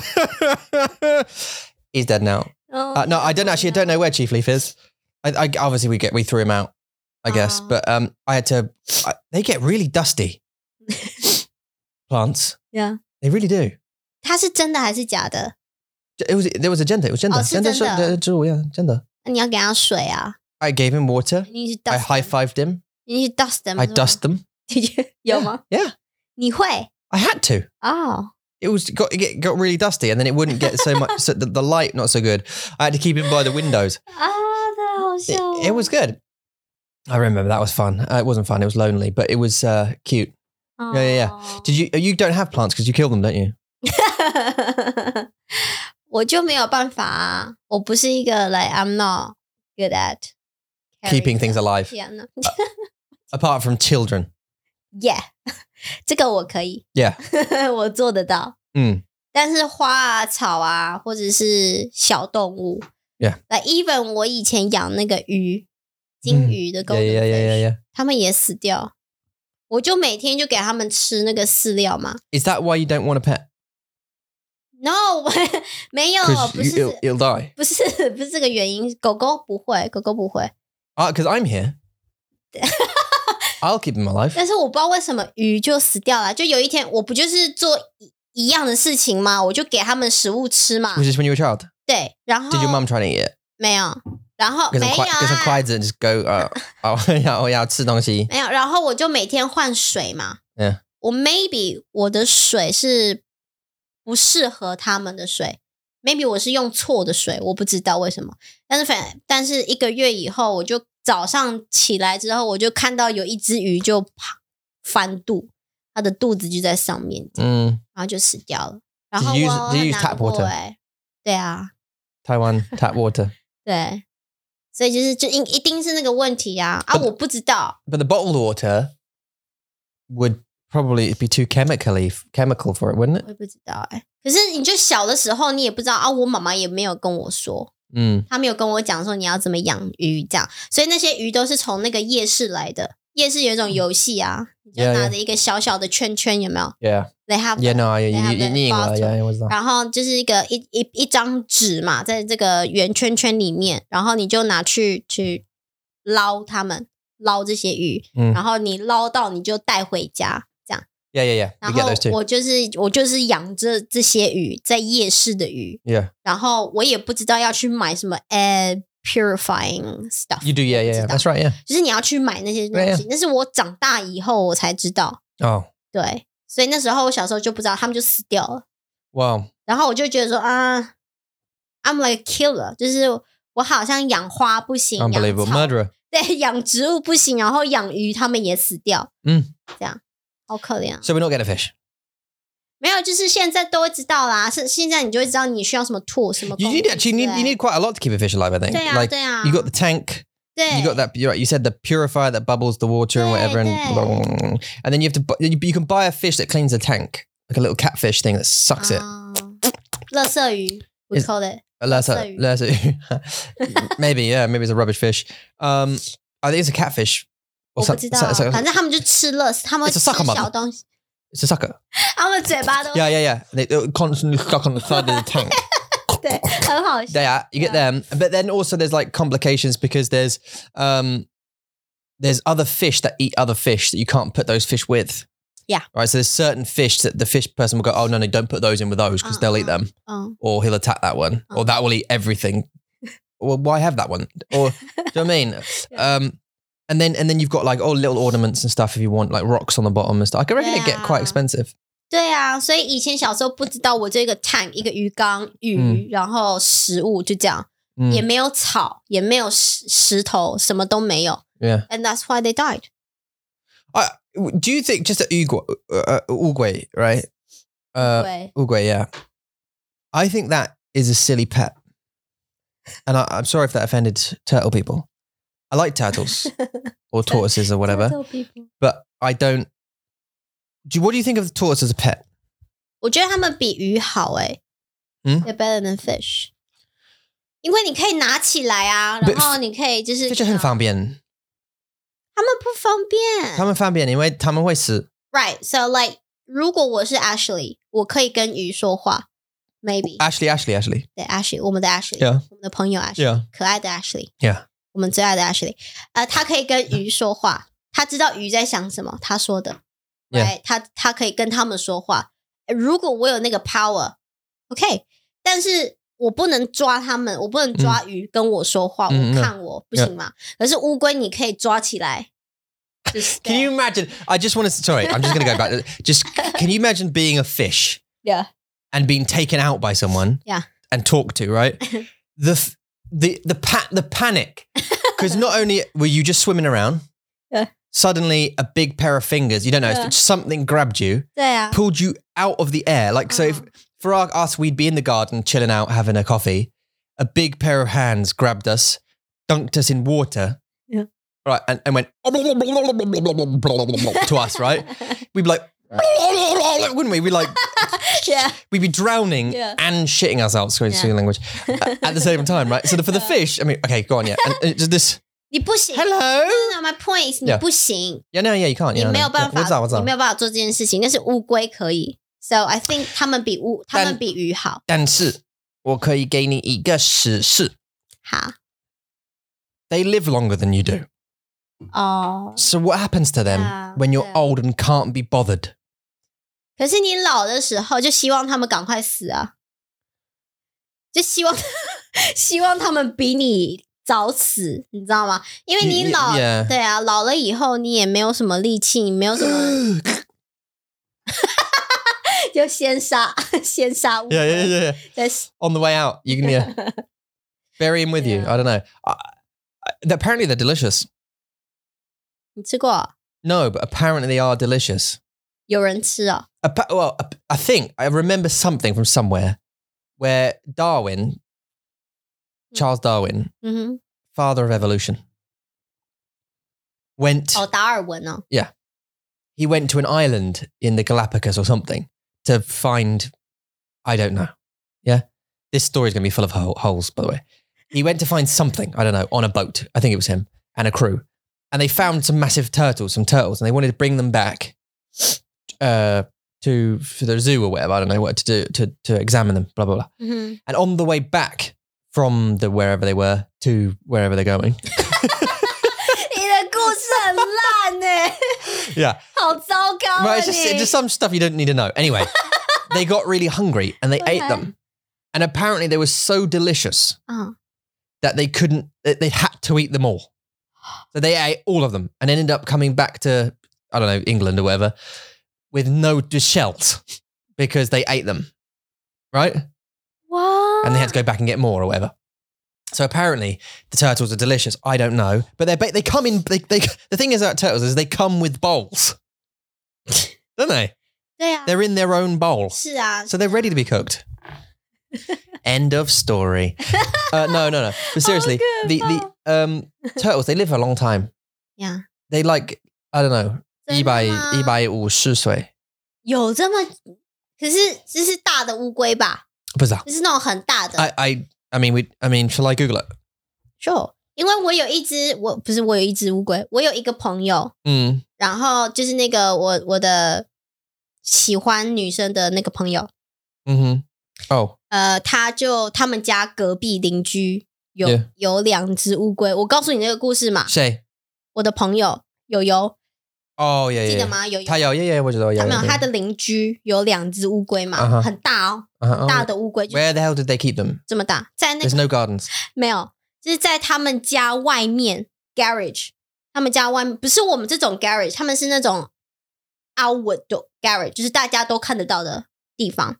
<laughs> he's dead now.
哦
Uh, no, I don't actually. I don't know where Chief Leaf is. I, I obviously we get we threw him out, I guess.
Aw.
But um, I had to. I, they get
<laughs>
really dusty. plants.
Yeah.
they really do.
它啊是真的还是假的？
It was there was a gender. It was gender.
Oh, it's a
gender.
gender.
gender- gender, Yeah, gender.
那你要给它水啊，
I gave him water.
你去
I
dust，
哎 high
them
fived him.
你去 dust them，
I
是吗
dust them.
<laughs> 有吗
Yeah.
你会
I had to.
哦，
it was got it get- got really dusty, and then it wouldn't get so much.
<laughs>
So the, the light not so good. I had to keep him by the windows.
啊，太好笑
It,
了。
it was good. I remember that was fun. Uh, it wasn't fun. It was lonely, but it was uh, cute.
哦
yeah, yeah,
<laughs> yeah
Did you? You don't have plants because you kill them, don't you?
我就没有办法啊，我不是一个 like I'm not good at
Keeping things alive,
Yeah, no.
apart from children.
Yeah，这 <laughs> 个我可以。
Yeah.
<laughs> 我做得到。
嗯，
但是花啊、草啊，或者是小动物
Yeah.
那 even 我以前养那个鱼，金鱼的
嗯 Yeah,
golden
yeah, yeah, yeah,
fish，
yeah.
它们也死掉。我就每天就给他们吃那个饲料嘛。
Is that why you don't want a pet?
No，没 <laughs> 有，
Because
不是，
it'll, it'll die.
不是，不是这个原因。狗狗不会，狗狗不会。
Because Uh,
<laughs>
I'm here. I'll keep him alive.
但是我不知道为什么鱼就死掉了。就有一天，我不就是做一一样的事情吗？我就给他们食物吃嘛
Was。this when you were a child?
对，然后
Did
<gasps>
your mum try to eat it?
没有，然后没
Because
有
I'm quite, because I'm
啊，
quite and just go. Uh, <laughs> oh, <laughs> yeah, oh, yeah, 吃东西.
没有。然后我就每天换水嘛。
Yeah.
我 maybe 我的水是不适合他们的水，maybe 我是用错的水，我不知道为什么。但是反，但是一个月以后，我就早上起来之后，我就看到有一只鱼就爬翻肚，它的肚子就在上面，
Mm,
然后就死掉了。然
Did
后
you use-
我
did
很
you use tap
难过
water？
哎，对啊，
Taiwan tap water.
对，所以就是就一一定是那个问题啊啊！
But-
我不知道，
But the bottled water would probably be too chemically chemical for it, wouldn't
我
it?
也不知道哎、可是你就小的时候，你也不知道啊。我妈妈也没有跟我说，
Mm.
她没有跟我讲说你要怎么养鱼这样，所以那些鱼都是从那个夜市来的。夜市有一种游戏啊，你就
Yeah,
拿
yeah.
着一个小小的圈圈，有没有
Yeah.
？They have
Yeah. No.
They
Yeah. You,
have
you,
the
you,
bottle.
yeah. It was that.
然后就是一个一一一张纸嘛，在这个圆圈圈里面，然后你就拿去去捞它们，捞这些鱼，
嗯
然后你捞到你就带回家，这样。
Yeah. Yeah. Yeah.
然
We get
后
those too.
我就是我就是养这这些鱼，在夜市的鱼，
Yeah.
然后我也不知道要去买什么 air purifying stuff，
You do. Yeah.
我不知
Yeah. yeah.
道
That's right. Yeah.
就是你要去买那些东
对
西，但是我长大以后我才知道，
Oh.
对，所以那时候我小时候就不知道，他们就死掉了。
Wow.
然后我就觉得说啊，I'm like a killer，就是我好像养花不行，养
Unbelievable.
草
Murderer.
对，养植物不行，然后养鱼它们也死掉，
嗯，
这样好可怜、啊。
So we're not getting a fish.
没有，就是现在都会知道啦，是现在你就会知道你需要什么 tool 什么
You
工具
need actually you need, you
对
need quite a lot to keep a fish alive. I think.
对啊
Like
对啊
you got the tank.
对
You got that. You're right. You said the purifier that bubbles the water and
Yeah,
whatever, and
yeah.
blah, blah, blah, blah. and then you have to. bu- You, you can buy a fish that cleans the tank, like a little catfish thing that sucks it.
啊，垃圾鱼，we
Is-
call it。
Unless,
so-
unless uh,
<laughs>
<laughs> maybe yeah, maybe it's a rubbish fish. Um, I think it's a catfish
我
or
不
some,
知道
so- so-
反正他们就吃垃圾，他们
It's
吃
a sucker mug
小东西，
It's a sucker.
他们嘴巴都
Yeah, yeah, yeah. They they're constantly stuck on the side of
<laughs>
the tank.
对，很好笑。
They are. You get them, but then also there's like complications because there's um there's other fish that eat other fish that you can't put those fish with.
Yeah.
Right. So there's certain fish that the fish person will go, oh no, no, don't put those in with those because they'll eat
Uh-uh.
them,
嗯，
or he'll attack that one,
Uh-uh.
or that will eat everything. Well, why have that one? Or do you know what I mean? <laughs> Um, and then and then you've got like oh little ornaments and stuff if you want like rocks on the bottom and stuff. I reckon it get quite
Yeah.
expensive.
对啊，所以以前小时候不知道我这个 tank 一个鱼缸鱼，
嗯
然后食物就这样，
Mm,
也没有草，也没有石石头，什么都没有。
yeah.
And that's why they died.
I, do you think just at Uruguay, uh, Uruguay right? Uh,
对，
Uguay, yeah. I think that is a silly pet. And I, I'm sorry if that offended turtle people. I
<laughs>
like turtles or tortoises or whatever,
这种 people。
but I don't. Do you, what do you think of the tortoise as a pet?
我觉得他们比鱼好哎、
嗯
t h e y r e better than fish，因为你可以拿起来啊，
But
然后你可以就是
就是很方便，
他们不方便。
他们方便，因为他们会死。
Right, so like 如果我是 Ashley，我可以跟鱼说话，maybe
Ashley, Ashley, Ashley.
对 Ashley，我们的 Ashley，、
Yeah.
我们的朋友 Ashley，、
Yeah.
可爱的 Ashley，
Yeah.
我们最爱的 Ashley，呃，他可以跟鱼说话， <laughs> 他知道鱼在想什么，他说的
Yeah.
对，他他可以跟他们说话。呃如果我有那个 power，OK，、但是我不能抓他们，我不能抓鱼跟我说话，
嗯
我
嗯
看我、不行吗可是乌龟你可以抓起来，就是
Can you imagine? I just want to. Sorry, I'm just going to go back. <laughs> to- Just can you imagine being a fish
yeah
and being taken out by someone?
Yeah.
And talked
<laughs>
to right? The f- the the pa- the panic because not only were you just swimming around,
Yeah.
suddenly a big pair of fingers you don't know
Yeah.
something grabbed you,
对啊，
pulled you out of the air. Like so, if,
Uh-huh.
for our, us, we'd be in the garden chilling out having a coffee. A big pair of hands grabbed us, dunked us in water.
Yeah.
Right, and, and went to us, right? We'd be like, wouldn't we? We'd like,
<laughs>
<laughs>
yeah
we'd be drowning
Yeah.
and shitting ourselves. Sorry,
Yeah.
silly language. At the same time, right? So the, for the
Yeah.
fish, I mean, okay, go on, yeah. And, and just this
<laughs> 你不行。
Hello.
No, no, my point is 你
Yeah.
不行
Yeah, no, yeah, you can't.
你
yeah,
没
no.
有办法，
我知道，我知道
你没。有办法做这件事情。但是乌龟可以，so I think 他们比乌，他
但
们比鱼好。
但是我可以给你一个指示
好
：They live longer than you do.
哦
So what happens to them
Yeah,
when you're
Ah, yeah.
old and can't be bothered?
可是你老的时候就希望他们赶快死啊，就希望 <laughs> 希望他们比你早死，你知道吗？因为你
You- you-
老
yeah.
对啊，老了以后你也没有什么力气，你没有什
<laughs>
么就先杀先杀乌
<gasps> yeah, yeah,
龟
yeah, yeah.
再
On the way out, you
<laughs>
can yeah, bury him with you.
Yeah.
I don't know. I, I, apparently they're delicious.
你吃过啊？
No, but apparently they are delicious.
有人吃啊？
Appa- well, ap- I think I remember something from somewhere where Darwin,
Hmm.
Charles Darwin,
嗯
father of evolution, went.
哼，哦，达尔文哦，
he went to an island in the Galapagos or something to find, I don't know. Yeah. This story is going to be full of ho- holes, by the way. He went to find something, I don't know, on a boat. I think it was him and a crew. And they found some massive turtles, some turtles, and they wanted to bring them back uh, to for the zoo or whatever. I don't know what to do to, to examine them, blah, blah, blah.
嗯
And on the way back from the wherever they were to wherever they're going,
哼，你的故事很烂呢、
<laughs> yeah,
好糟糕啊
Well,
你！
it's just, it's just some stuff you don't need to know. Anyway, they got really hungry and they ate
Okay.
them. And apparently they were so delicious
嗯
that they couldn't, that they had to eat them all. So they ate all of them and ended up coming back to, I don't know, England or whatever, with no shells because they ate them. Right?
哇，
And they had to go back and get more or whatever. So apparently the turtles are delicious. I don't know. But they ba- they come in, they, they, the thing is about turtles is they come with bowls. <laughs> don't they?
对啊，
They're in their own bowl.
是啊，
So they're ready to be <laughs> cooked. End of story. Uh, no, <laughs> no, no. But seriously, the, the um, turtles, they live a long time.
Yeah.
They like, I don't know,
真的吗
e
有这么，可是这是大的乌龟吧？
150岁。不知道。
就是那种很大的。
I, I, I mean, we, I mean, shall I Google it?
sure，因为我有一只，我不是我有一只乌龟，我有一个朋友，
Mm.
然后就是那个我我的喜欢女生的那个朋友，
hmm Oh,
呃，他就他们家隔壁邻居有
Yeah
有两只乌龟，我告诉你那个故事嘛，
Shay.
我的朋友友友
Oh, yeah,
记
yeah.
得
yeah.
吗？友友。
他有- yeah, yeah, Oh, 我知道，yeah,
他没有，
yeah.
他的邻居有两只乌龟嘛
啊哈
很大哦，
Uh-huh.
大的乌龟就
Where the hell did they keep them?
这么大，在那个
There's no gardens.
没有，就是在他们家外面 garage，他们家外面不是我们这种 garage，他们是那种 outward 的 garage，就是大家都看得到的地方。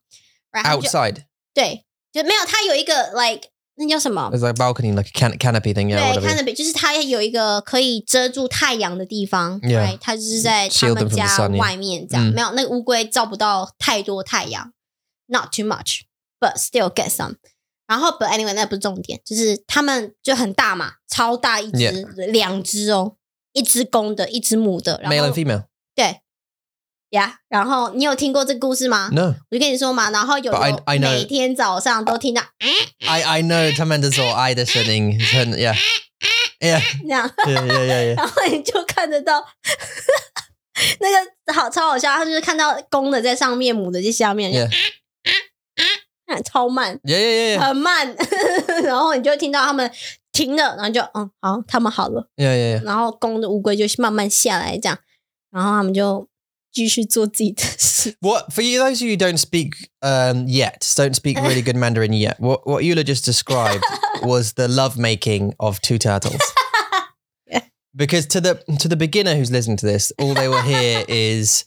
然后就
Outside.
对，就没有，它有一个 like 那叫什么？
There's like a balcony, like a can- canopy thing. Yeah,
对
whatever.
看得比就是它有一个可以遮住太阳的地方
Yeah.
right？它就是在他
Shield them
们
from the
家
sun, yeah.
外面这样，
嗯
没有那个乌龟照不到太多太阳，not too much，but still get some。然后 but anyway 那不是重点，就是它们就很大嘛，超大一只两只哦，一只公的，一只母的，然
Male
后
and female.
对。呀然后你有听过这个故事吗？
No.
我就跟你说嘛，然后有
But I-
有
I know-
每天早上都听到 <coughs>
I, I know Tamanda Sitting. Yeah. Yeah.
这样，
Yeah. Yeah. Yeah. yeah.
然后你就看得到 <laughs> 那个好超好笑，他就是看到公的在上面，母的在下面
Yeah.
<laughs> 超慢，
Yeah. Yeah. Yeah.
很慢，然后你就听到他们停了，然后就嗯好，他们好了，
Yeah. Yeah. yeah.
然后公的乌龟就慢慢下来这样，然后他们就继续做自己的事。 <laughs>
What for you? Those of you who don't speak um, yet, don't speak really good Mandarin yet. What what Eula just <laughs> described was the lovemaking of two <laughs> turtles. Because to the to the beginner who's listening to this, all they will <laughs> hear is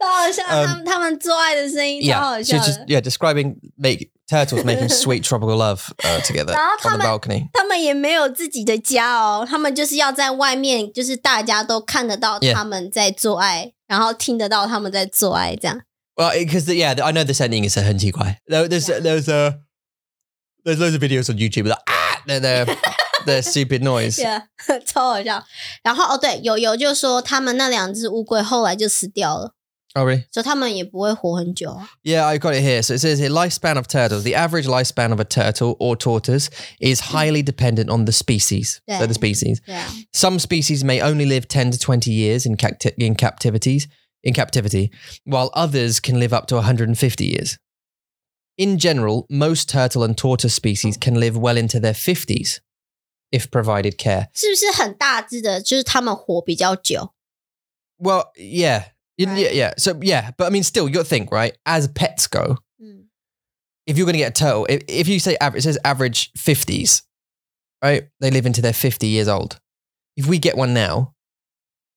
超好笑，
嗯
他们他们做爱的声音超
yeah,
好
she's
笑
just
的。
yeah describing make turtles making sweet <laughs> tropical love uh, together
Ah,
on the
come on.
balcony.
他们也没有自己的家哦，他们就是要在外面，就是大家都看得到
Yeah.
他们在做爱然后听得到他们在做爱，这样。
Well, because yeah, the, I know the sending is a henty guy. There, there's
Yeah.
there's uh, there's loads of videos on YouTube that ah,
<laughs>
they're, they're, they're stupid noise.
对 <laughs> 啊，超好笑。然后哦，对，友友就说他们那两只乌龟后来就死掉了，
Oh, really?
所以他们也不会活很久啊。
Yeah, I got it here. So it says here lifespan of turtles. The average lifespan of a turtle or tortoise is highly dependent on the species. So
Mm. Yeah.
the species.
对啊，
Some species may only live 10 to 20 years in, capti- in captivities, in captivity, while others can live up to 150 years. In general, most turtle and tortoise species can live well into their 50s if provided care.
是不是很大只的？就是他们活比较久。
Well, yeah. You-
Right.
Yeah, yeah. So, yeah, but I mean, still, you got to think, right? As pets go,
嗯， <laughs>
if you're going to get a turtle, if, if you say average, it says average 50s, right? They live into their 50 years old. If we get one now,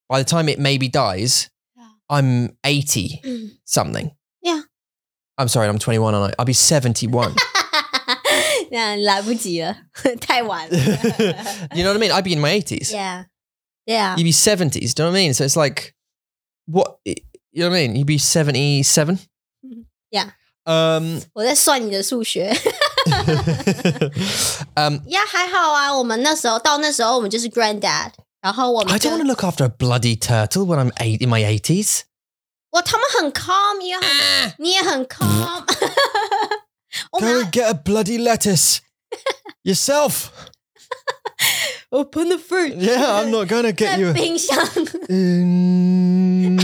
by the time it maybe dies,
Yeah.
I'm 80
嗯
something.
Yeah.
I'm sorry, I'm 21 and I, I'll
<laughs>
be 71.
那来不及了， <laughs> 太晚
you <laughs>
了 <laughs>
know。what I mean? I'd be in my 80s.
yeah, yeah.
You'd be 70s. Do you know what I mean? So it's like, what? You know what I mean? You'd be 77.
Mm-hmm. Yeah. <laughs>
Um, <laughs>
我在算你的数学。
um,
呀，还好啊。我们那时候到那时候，我们就是 granddad，然后我
I
们就
don't want to look after a bloody turtle when I'm eight in my 80s.
哇，他们很 calm，也很，你也很 calm。我
Go
们
and get a bloody
<laughs>
lettuce yourself.
open the fridge，
Yeah, I'm not gonna get you.
<laughs> 在
a-
冰箱。
<laughs> Mm,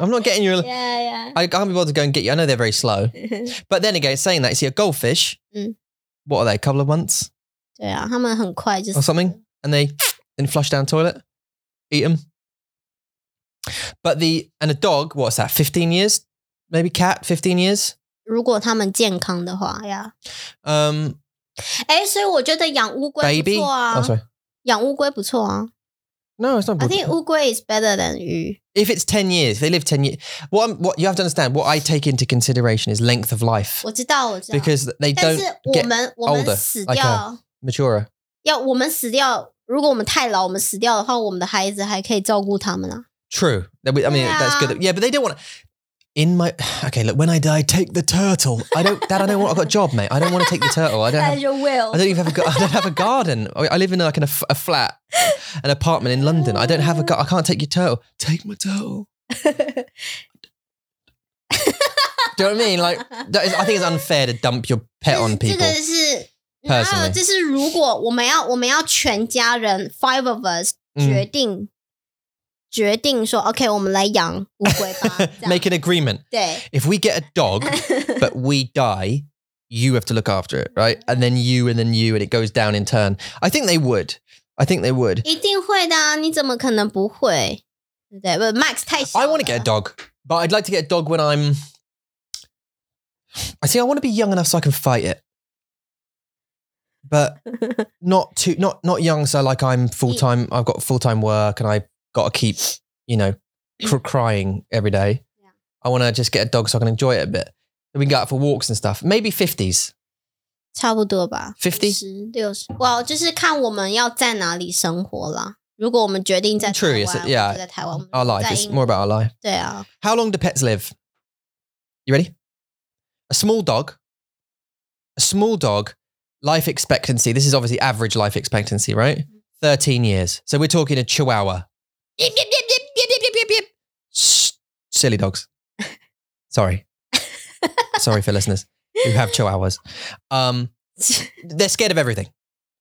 I'm not getting you. A,
<laughs> yeah,
I can't be bothered to go and get you. I know they're very slow,
yeah. <laughs>
but then again, saying that, you see a goldfish.
Mm.
What are they? A couple of months
对啊，他们很快就
or
是
something, and they then flush down toilet, eat them. But the and a dog, what's that? Fifteen years, maybe cat, fifteen years.
如果他们健康的话呀，
Um,
哎，所以我觉得养乌龟不
baby.
错
Oh,
啊，
sorry.
养乌龟不错啊。
No, it's not.
I
good.
think 乌龟 is better than 鱼。
if it's 10 years, if they live 10 years, what, I'm, what you have to understand, what I take into consideration is length of life
我知道，我知道。
because they
但
don't
是我们我
older,
们死
like
掉
a- mature.
要我们死掉，如果我们太老，我们死掉的话，我们的孩子还可以照顾他们啊。
True. That we- I mean, that's good. Yeah, but they don't want to. In my okay, look. When I die, take the turtle. I don't, Dad. I don't want. I've got a job, mate. I don't want to take the turtle. I don't. Have,
<laughs> your
I
will。
don't even have a. gar- I don't have a garden. I I live in like in a, f- a flat, an apartment in London. I don't have a. gar- I can't take your turtle. Take my turtle. Do you know what I mean? Like, that is, I think it's unfair <laughs> to dump your pet on
这
people.
个是。然
Personally
后就是，如果我们要我们要全家人 five of us 决
Mm.
定、决定说，OK，我们来养乌龟
<laughs>
吧，这样
Make an agreement.
对。
if we get a dog but we die you have to look after it right and then you and then you and it goes down in turn i think they would i think they would
<laughs> 一定会的啊！你怎么可能不会？对不对？不，Max 太小
i
了。
want to get a dog but i'd like to get a dog when i'm i see i want to be young enough so i can fight it but not too not not young so like i'm full-time i've got full-time work and i've got to keep you know cr- crying every day
Yeah.
i want to just get a dog so i can enjoy it a bit we can go out for walks and stuff maybe 50s
<laughs> 差不多吧
50
十六十。哇，就是看我们要在哪里生活啦。如果我们决定在台
True,
湾，
it's-
我们
yeah. 哦
就在台湾，我们
our
在
life. It's
英
more about our life.
对啊，
How long do pets live? You ready? A small dog. A small dog life expectancy. This is obviously average life expectancy, right? 13 years. So we're talking a chihuahua. Yip, yip, yip, yip, yip, yip, yip, yip, yip. Shh, Silly dogs. Sorry. Sorry for listeners who have chihuahuas. Um, they're scared of everything.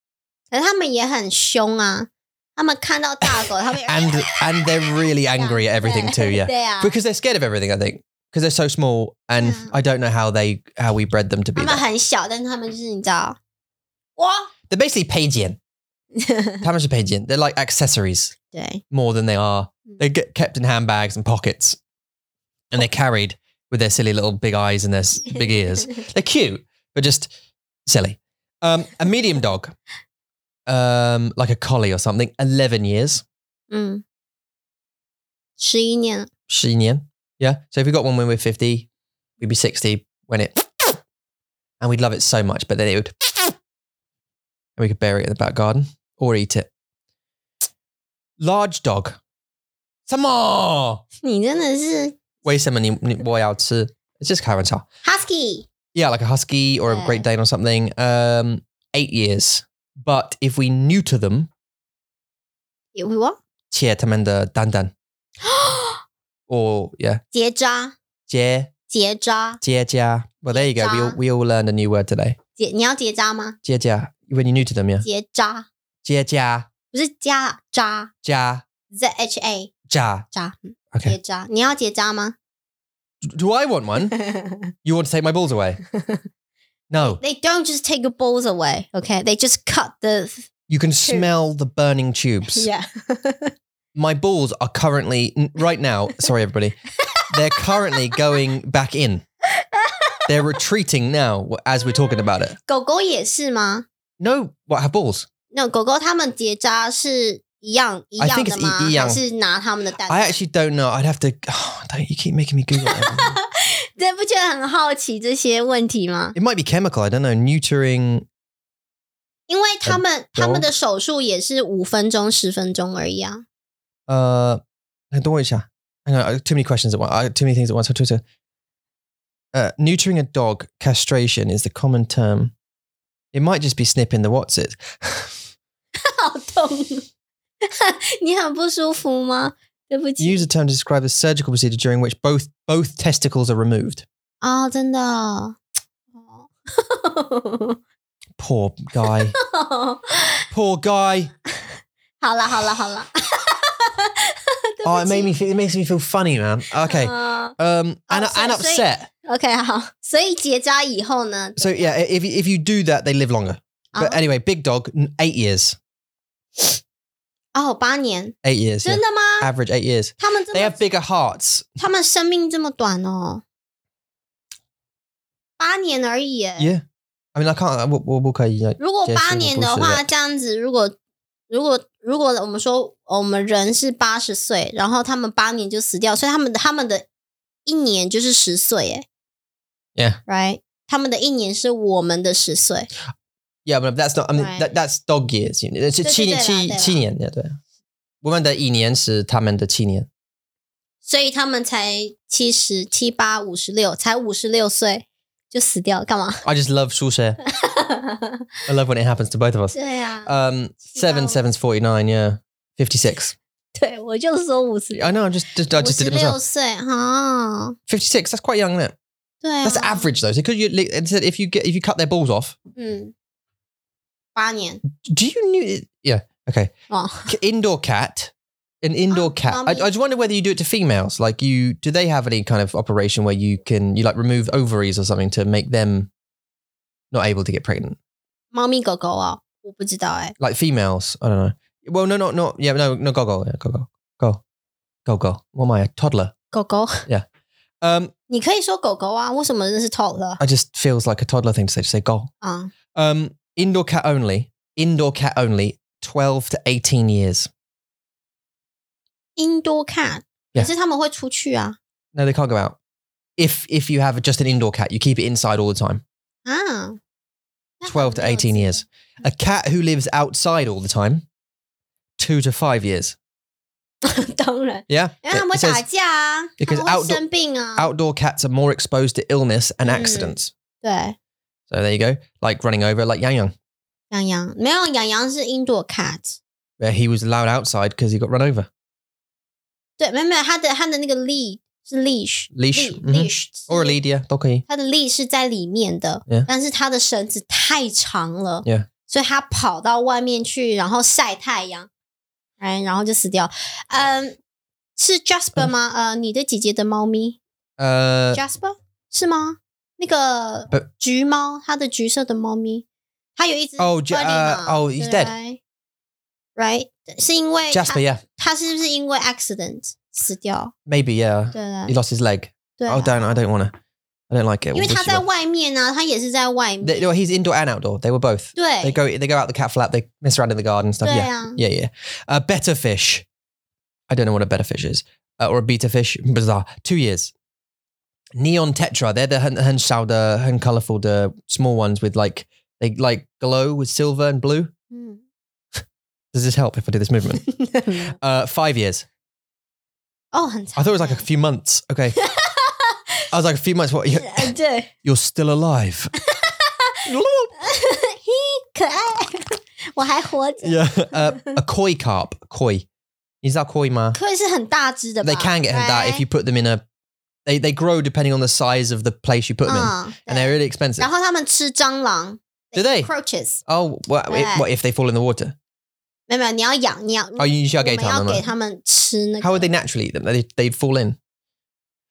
<laughs> 可是他们也很凶啊。他们看到大狗，他
<laughs>
们 <laughs> 啊
And and they're really angry at everything too, yeah.
对啊，
because they're scared of everything. I think because they're so small, and
Yeah.
I don't know how they how we bred them to be.
他们
That.
很小，但是他们就是你知道，哇，
They're basically Pageian. How much are Pageian? They're like accessories
<laughs> 对，
more than they are.
Mm.
They get kept in handbags and pockets, and they're carried with their silly little big eyes and their
<laughs>
s- big ears. They're cute, but just silly. Um, a medium dog, um, like a collie or something, eleven years.
嗯，十一年，
Shinian. Yeah. So if we got one when we're 50, we'd be 60 when it, and we'd love it so much, but then it would, and we could bury it in the back garden or eat it. Large dog. 什么?
你真的是
为什么你-你-我要吃- It's just 开玩笑.
husky，
Yeah, like a husky or a
Yeah.
Great Dane or something. Um, eight years. But if we neuter them,
有我
切他们的蛋蛋 or yeah,
<gasps> 结扎，
jia
结扎，
jia jia. Well, there you go. We all, we all learned a new word today.
结，你要结扎吗？
Jia jia. When you're new to them, yeah.
结扎
Jia jia
不是加扎
jia
，z h
<laughs>
a
jia.
扎，嗯
Okay.
结扎。你要结扎吗？
Do I want
<laughs>
one? You want to take my balls away? No.
They don't just take your balls away, okay? They just cut
<laughs>
the
You can smell the burning tubes.
yeah.
My balls are currently n- right now. Sorry, everybody. They're currently going back in. They're retreating now as we're talking about it.
狗狗也是吗？
No, what have balls?
那、狗狗它们结扎是一样一
I think
样
it's
的吗？
一一样
还是拿它们的蛋？
I actually don't know. I'd have to. <sighs> don't you keep making me Google it?
这不觉得很好奇这些问题吗？
it might be chemical. I don't know. Neutering.
因为他们他们
dog?
的手术也是五分钟十分钟而已啊。 <laughs>
Uh, don't worry, Sha. Hang on. I got too many questions at once. I got too many things at once. Twitter. Uh, neutering a dog, castration is the common term. It might just be snipping the what's it.
好痛！啊 <laughs> 你很不舒服吗？对不起。
Use the term to describe a surgical procedure during which both both testicles are removed.
哦，真的哦。 <laughs>
Poor <laughs> guy.
哦
Poor guy.
好了好了好了。 <laughs>
Oh, it made me. Feel, it makes me feel funny, man. Okay.
嗯
Um, and,
Oh, so-
and
so-
upset.
OK，好，所以结扎以后呢？
So yeah, if if you do that, they live longer. But
啊
anyway, big dog, n- eight years,
哦，八年，
eight years, yeah.
真的吗？
average eight years.
他们
They
这
have
么，
bigger hearts.
他们生命这么短哦，八年而已耶。
Yeah, I mean, I can't. I, what, what, what can you, like,
如果
这
八
是
年
不
的
是
话，
的
这样子，如果如果如果我们说我们人是八十岁，然后他们八年就死掉，所以他们的他们的一年就是十岁，哎
Yeah.
，right，他们的一年是我们的十岁，
yeah, but that's not. I mean,
Right.
that, that's dog years. You know, it's
对，对，
七
对
年
啦，对
七
啦。
七年，yeah, 对。我们的一年是他们的七年，
所以他们才七十七八五十六，才五十六岁就死掉，干嘛？ <laughs>
I just love 书写 I love when it happens to both of us.
对呀、啊，
Um, seven sevens forty nine. Yeah, fifty six.
对我就说五十，
I know. I'm just, just I
五
just
十
did it
六
myself.
岁哈，
Fifty six. That's quite young, isn't it?
对啊
That's average though. So could you li- it said if you get if you cut their balls off,
嗯，八年
do you need yeah okay
哦，
C- indoor cat an indoor
Oh,
cat I, I
mummy.
just wonder whether you do it to females like you do they have any kind of operation where you can you like remove ovaries or something to make them not able to get pregnant
猫咪狗狗哦，我不知道哎、
like females i don't know well no not not yeah no no go go yeah, go go go go go what am i a toddler
狗狗，
um
你可以说狗狗啊，为什么认识 toddler
i just feels like a toddler thing to say to say go
啊？
um indoor cat only indoor cat only 12 to 18 years
英多看，
Yeah.
可是他们会出去啊
No, they can't go out. If if you have just an indoor cat, you keep it inside all the time.
啊，那
12
他们就
to
有
18 years.
自己
A cat who lives outside all the time, two to five years.
<laughs> 当然，
Yeah,
因为他们
It
会
says
打架啊，他
because
们会
outdoor-
生病啊，
outdoor cats are more exposed to illness and
Mm.
accidents.
对，
So there you go. Like running over, like Yang Yang,
养羊没有养羊是英 o cat，
where he was allowed outside because he got run over.
对，没有没有，它的它的那个 lead 是 leash
Leash，
lead-
嗯哼
leash
Or
是
a lead, yeah, doki.
它的力是在里面的
Yeah.
但是它的绳子太长了
Yeah.
所以它跑到外面去，然后晒太阳，哎，然后就死掉。嗯，是
嗯
Jasper 吗？呃，你的姐姐的猫咪
Uh,
Jasper 是吗？那个
不
橘猫，它的橘色的猫咪，它有一只
哦，Ja-
怪力嘛
呃哦，he's
对
dead
，right？是因为
Jasper,
它
yeah,
它是不是因为 accident 死掉？
maybe, yeah.
对对
He lost his leg.
对啊
Oh, don't, I don't want to. I don't like it.
因为
We'll
它
just-
在外面呢、啊，它也是在外面。
They- well, he's indoor and outdoor. They were both.
对，
They go they go out the cat flap, they mess around in the garden and stuff.
对
Yeah.
啊，
Yeah, yeah. A better fish. I don't know what a better fish is. Uh, or a beta fish. <laughs> Bizarre. Two years. Neon tetra. They're the hen, hen the hen colorful, the small ones with like, they like glow with silver and blue.
嗯，
<laughs> Does this help if I do this movement? uh, five years.
哦，很长。
I thought it was like a few months. Okay. I was like, a few months. What? You're,
<laughs> 呃
<laughs>
对，
you're still alive.
<laughs> 嘿，可爱，我还活着。 <laughs>
yeah. Uh, a koi carp. Koi. 你知道koi吗?
可以是很大只的吧，
They can get hurt that if you put them in a. They they grow depending on the size of the place you put them in,
嗯，对
and they're really expensive.
然后他们吃蟑螂
Do they?
cockroaches？
Oh, well,
Right.
if, what if they fall in the water?
没有没有，你要养，你要
Oh, you usually
我
are gay
们
time
哦要
them.
给
right?
他们吃那个。
How would they naturally eat them? They they'd fall in.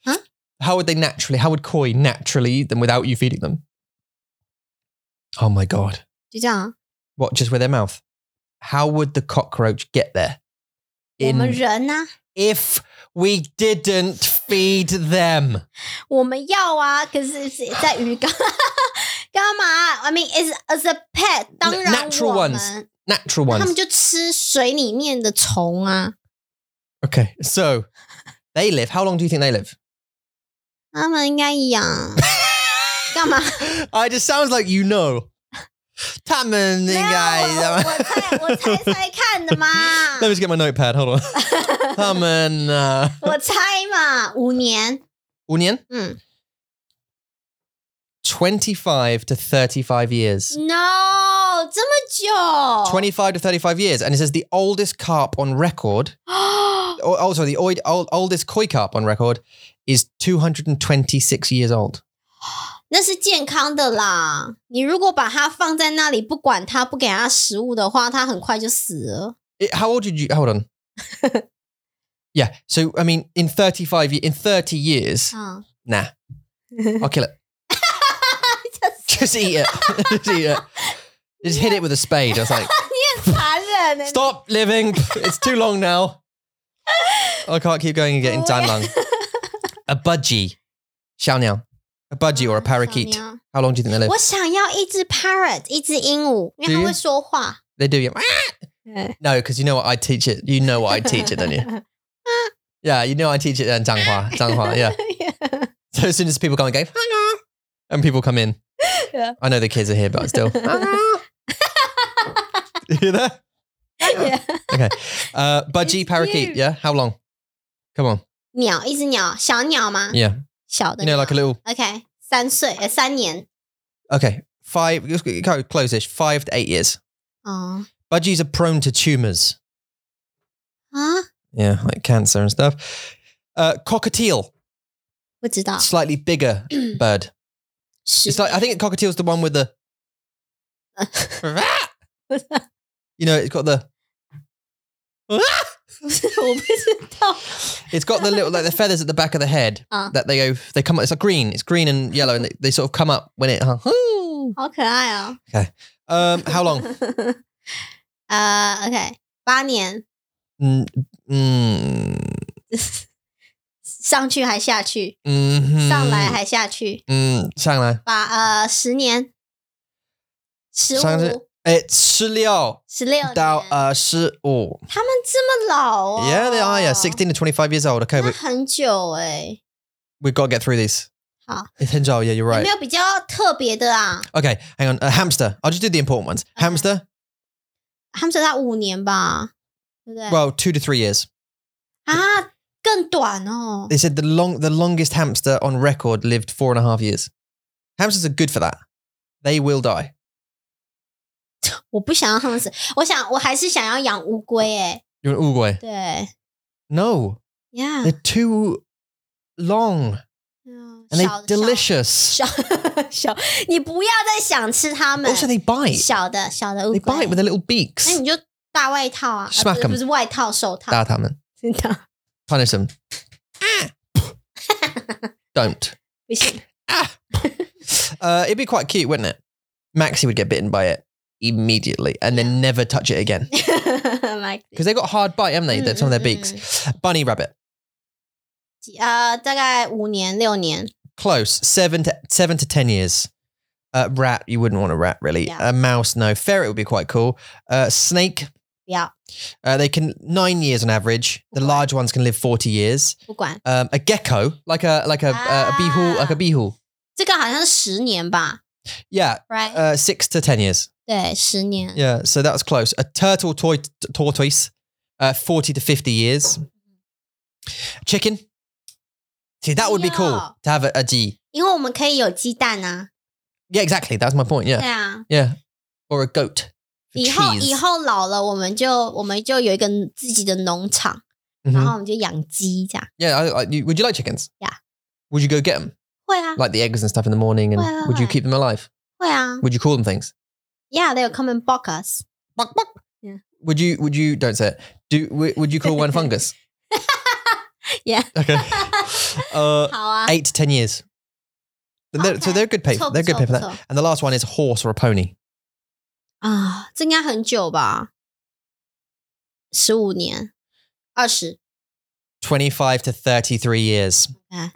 Huh?
How would they naturally? How would koi naturally eat them without you feeding them? Oh my god!
就这样啊？
What just with their mouth? How would the cockroach get there?
我们
In
人呢、啊
if we didn't feed them.
我们要啊，可是是在鱼缸 <laughs> 干嘛？I mean, is as a pet，当然
natural
我
ones
们
Natural
他们
ones.
就吃水里面的虫啊，
Okay, so they live. How long do you think they live?
他们应该 <laughs> 养干嘛？
I just sounds like you know.
没有我
他们应该-
我猜 <laughs> 我猜
<laughs>
猜看 <laughs> 的嘛，
Let me just get my notepad. Hold on. uh, 他们，呃，
我猜嘛，五年，
五年？
嗯
25 to 35 years.
，no，这么久
25 to 35 years. And it says the oldest carp on record,
哦，
or also the oid, old, oldest koi carp on record, is 226 years old.
<gasps> 那是健康的啦。你如果把它放在那里，不管它，不给它食物的话，它很快就死了。
It- how old did you? Hold on. yeah. So I mean, in thirty-five, ye- in thirty years,
嗯，
nah, I'll kill it. Just eat it. <laughs> Just eat it. Just hit it with a spade. I was like,
你很残忍呢、
stop living. <laughs> It's too long now. I can't keep going and getting tan lung. A budgie, xiaoniao, a budgie or a
嗯
parakeet.
小鸟
How long do you think they live?
我想要一只 parrot，一只鹦鹉，因为
Do
它
you?
会说话。
They do. Yeah. <laughs>
Yeah.
No, because you know what I teach it. You know what I teach it, don't you? Yeah, you know I teach it in Zhanghua. Zhanghua. Yeah. <laughs> So as soon as people come and go, "Hello," and people come in,
Yeah.
I know the kids are here, but
<laughs>
still, "Hello." you hear that? Uh, budgie
It's
parakeet,
cute.
yeah. How long? Come on,
鸟，一只鸟，小鸟吗？
yeah.
小的
You know,
鸟。
like a little.
OK，三岁，呃，三年。
Okay, five. let's go Close-ish. Five to eight years.
哦
Budgies are prone to tumors.
啊，
Yeah, like cancer and stuff. Uh, cockatiel,
不知道。
slightly
<clears throat>
bigger bird.
十
It's like I think cockatiel's the one
<laughs>
with the. <laughs> you know, it's got the.
不是， <laughs> 我不知道。
It's got the little like the feathers at the back of the head
Ah.
that they go. They come up. It's like green. It's green and yellow, and they, they sort of come up when it. huh?
好可爱哦。 <laughs>
Um, how long?
呃，OK，八年
Mm, mm,
上去还下去，
mhm.
上来还下去，
Mm, 上来。
八呃十年，十
上来
五
It's 16
十六年，
到25.
他们这么老哦
Yeah, 啊 they are. Yeah, 16 to 25 years old. Okay,
那 <gasps>
we,
很久哎，
we've got to get through these.
Ah.
It's Hinjao, yeah, you're
有
right.
没有比较特别的啊？
Okay, hang on. Uh, hamster. I'll just do the important ones.
Okay.
Hamster,
他们才他五年吧，对不对？
well, two to three years.
啊，更短哦。
They said the long, the longest hamster on record lived four and a half years. Hamsters are good for that. They will die.
我不想要他们死，我想我还是想要养乌龟哎，
You're an Uruguay.
对
No,
，Yeah，
they're too long
嗯
and they're
小的
delicious.
小 <laughs> 小，你不要再想吃它们。
Also, they bite.
小的小的乌
They
龟
bite with their little
那
beaks.
你就大外套啊，啊
Smack
不是
'em
不是外套，手套。
打他们.
真的啊
Punish them. Don't.
<laughs>
Ah.
不行， <laughs>
Uh, it'd be quite cute, wouldn't it? Maxie would get bitten by it immediately and then never touch it again.
来 <laughs>
Because they got hard bite, haven't they? That some of their beaks. Bunny rabbit.
几呃，大概五年六年，
Close. Seven to seven to ten years. Uh, rat, you wouldn't want a rat, really.
Yeah.
A mouse, no. Ferret would be quite cool. Uh, snake,
不要
uh, they can nine years on average. The
Okay.
large ones can live forty years.
不管。
Um, a gecko, like a like a uh, a beehole, like a
Ah.
beehole.
这个好像是十年吧
Yeah,
，right？、
uh, six to ten years.
对，十年。
Yeah, so that was close. A turtle toy t- tortoise, uh, forty to fifty years. Chicken. See, that would be cool
Yeah.
to have a, a G.
因为我们可以有鸡蛋啊。
Yeah, exactly. That's my point. Yeah,
对啊，
yeah, or a goat
啊以后
cheese
以后老了，我们就我们就有一个自己的农场，然
Mhm.
后我们就养鸡这样。
Yeah, I, I, you- would you like chickens?
Yeah.
Would you go get them,
会啊，
like the eggs and stuff in the morning, and
Why, why,
would you
why?
keep them alive?
会啊。
Would you call them things?
Yeah, they'll come and balk us. <laughs>
Buck, buck.
Yeah.
Would you? Would you? Don't say it. Do w- would you
<laughs>
call one fungus?
Yeah. <laughs>
Okay. Uh,
好啊，
eight to ten years. And they're- So
Okay.
they're good pay.
不错不
They're good
错
pay
不
for
错
that. And the last one is a horse or a pony.
啊，这应该很久吧？十五年，二十。
Twenty-five to thirty-three years.
Okay.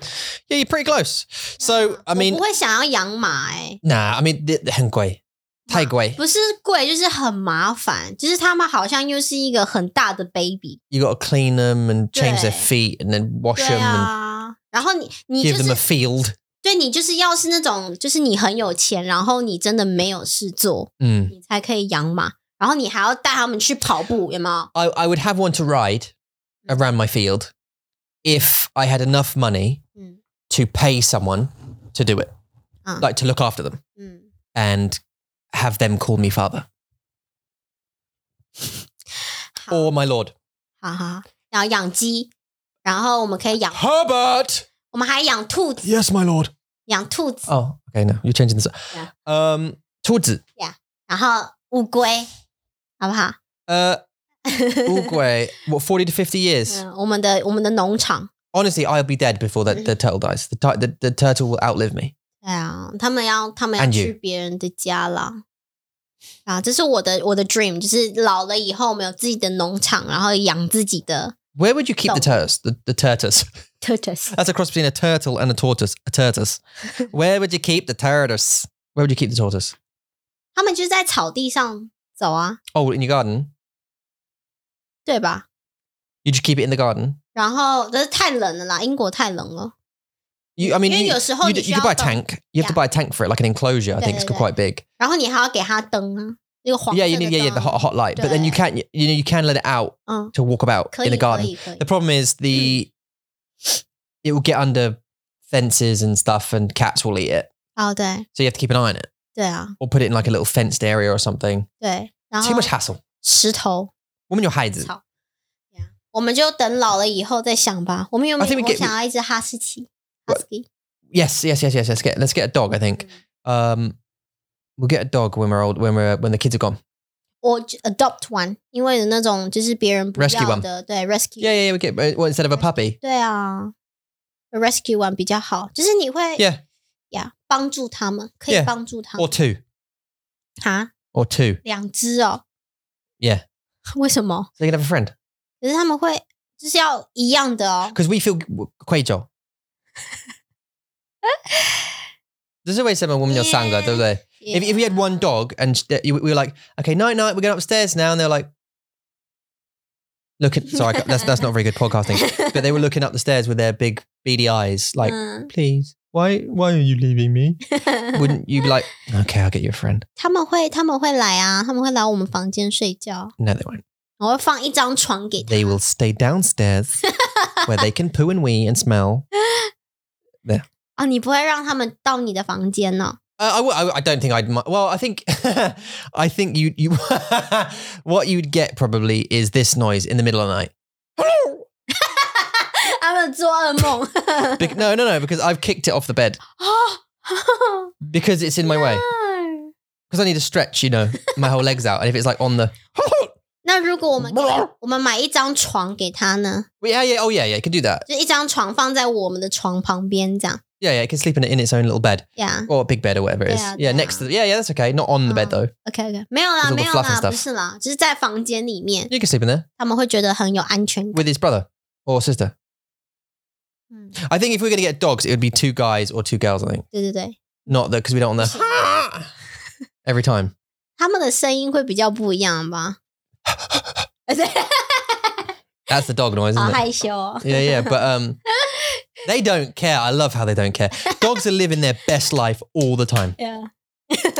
Yeah, you're pretty close. So I
我
mean,
不会想要养马哎、
nah. I mean, the- the- 很贵，太贵。
不是贵，就是很麻烦，就是他们好像又是一个很大的 baby。
You got to clean them and change their
Yeah.
feet and then wash
对
them and
啊，然后你你
give
就
them a
是
field.
对你就是要是那种就是你很有钱，然后你真的没有事做，
Mm.
你才可以养马，然后你还要带他们去跑步，有没有？
I, I would have one to ride
Mm.
around my field if I had enough money
嗯
to pay someone to do it,
Mm. Ah.
like to look after them
嗯，
and have them call me father
Ah. 好，
or my lord.
好好，然后养鸡，然后我们可以养，
Herbert!
我们还养兔子，
Yes, my lord.
养兔子，
Oh, okay, no, you're changing this.
Yeah.
Um, 兔子,
然后乌龟，好不好？ <laughs>
uh, Uruguay, what, 40 to 50 years?
嗯，我们的我们的农场，
Honestly, I'll be dead before that
Mm-hmm.
the turtle dies. The, ti- the, the turtle will outlive me.
对啊，他们要他们要
And you.
去别人的家啦。啊，这是我的我的 dream，就是老了以后我们有自己的农场，然后养自己的 <laughs>
Where would you keep the
Don't.
turtles? The, the turtles.
turtles。
<laughs> That's a cross between a turtle and a tortoise. A
<laughs>
tortoise. Where would you keep the tortoise? Where would you keep the tortoise?
他们就是在草地上走啊，
Oh, in your garden.
对吧？
You just keep it in the garden.
然后但是太冷了啦，英国太冷了。
You, I mean,
Yeah,
you,
your
you,
时候
d-
你需
you could buy a
要到-
tank. You have to
Yeah.
buy a tank for it, like an enclosure. I
Yeah,
think it's
yeah,
quite big.
然后你还要给它灯啊，那个黄色
Yeah,
的
you need, yeah, yeah, the
灯
hot,
啊
hot light. But then you
Yeah.
can, you know, you can let it out
嗯，
to walk about
可
in
以
the
可
garden.
以可以
The。problem is the
Mm.
it will get under fences and stuff, and cats will eat it.
哦，对
So you have to keep an eye on it,
对啊，
or put it in like a little fenced area or something.
对。然
Too
后
much hassle.
石头，
Woman, your hides.
草我们就等老了以后再想吧。我们有没
I think we
有我
get-
想要一只哈士奇？Husky。嗯
Yes, yes, yes, yes. Let's get let's get a dog. I think um, we'll get a dog when we're old. When we're when the kids are gone.
我 adopt one，因为有那种就是别人不
Rescue
要
one
的，对 rescue，
Yeah, yeah. yeah we get well, instead of a puppy.
对啊，a，rescue one 比较好，就是你会
Yeah,
呀帮助他们，可以
Yeah
帮助他
or
们
two,
啊，
or two.
两只哦，
Yeah,
<laughs>
so
为什么？
they can have a friend
可是他们会就是要一样的哦，
because we feel quajo. There's always seven women your sanga,
Yeah.
don't they? If, if we had one dog and sh- that you- we were like, okay, night night, we're going upstairs now, and they're like, look at sorry, that's that's not very good
<laughs>
podcasting, but they were looking up the stairs with their big beady eyes, like,
嗯
please, why why are you leaving me? Wouldn't you be like, okay, I'll get you a friend?
<laughs> 他们会他们会来啊，他们会来我们房间睡觉，
No, they won't.
我会放一张床给他
They will stay downstairs where they can poo and wee and smell. Uh,
啊，你不会让他们到你的房间哦呢、
Uh, I, w- I, w- I don't think I'd. mi- Well, I think <laughs> I think you <laughs> you what you'd get probably is this noise in the middle of the night.
<laughs> 他们做噩梦
Be- no, no, no, because I've kicked it off the bed
<laughs> 哦
because it's in my way. because I need to stretch, you know, my whole legs out. And if it's like on the,
<laughs>
<laughs>
那如果我们我们买一张床给他呢？
Well, yeah, yeah, oh yeah, yeah, it can do that.
就一张床放在我们的床旁边这样
Yeah, yeah, it can sleep in, in its own little bed
呀、
or a big bed or whatever it is.
Yeah,
Yeah,
yeah.
next to the, yeah, yeah, that's okay. Not on the bed
Oh.
though.
o k OK，没有啦，
With all the
没有
fluff and
啦，
stuff.
不是啦，就是在房间里面，
You can sleep in there
他们会觉得很有安全感。
with his brother or sister.
嗯，
I think if we are going to get dogs, it would be two guys or two girls, I think.
对对对，
Not that, because we don't want the every time.
他们的声音会比较不一样吧？ <laughs> 对，
That's the dog noise,
好
isn't it?
害羞哦。
Yeah, yeah, but um, they don't care. I love how they don't care. Dogs are living their best life all the time,
Yeah.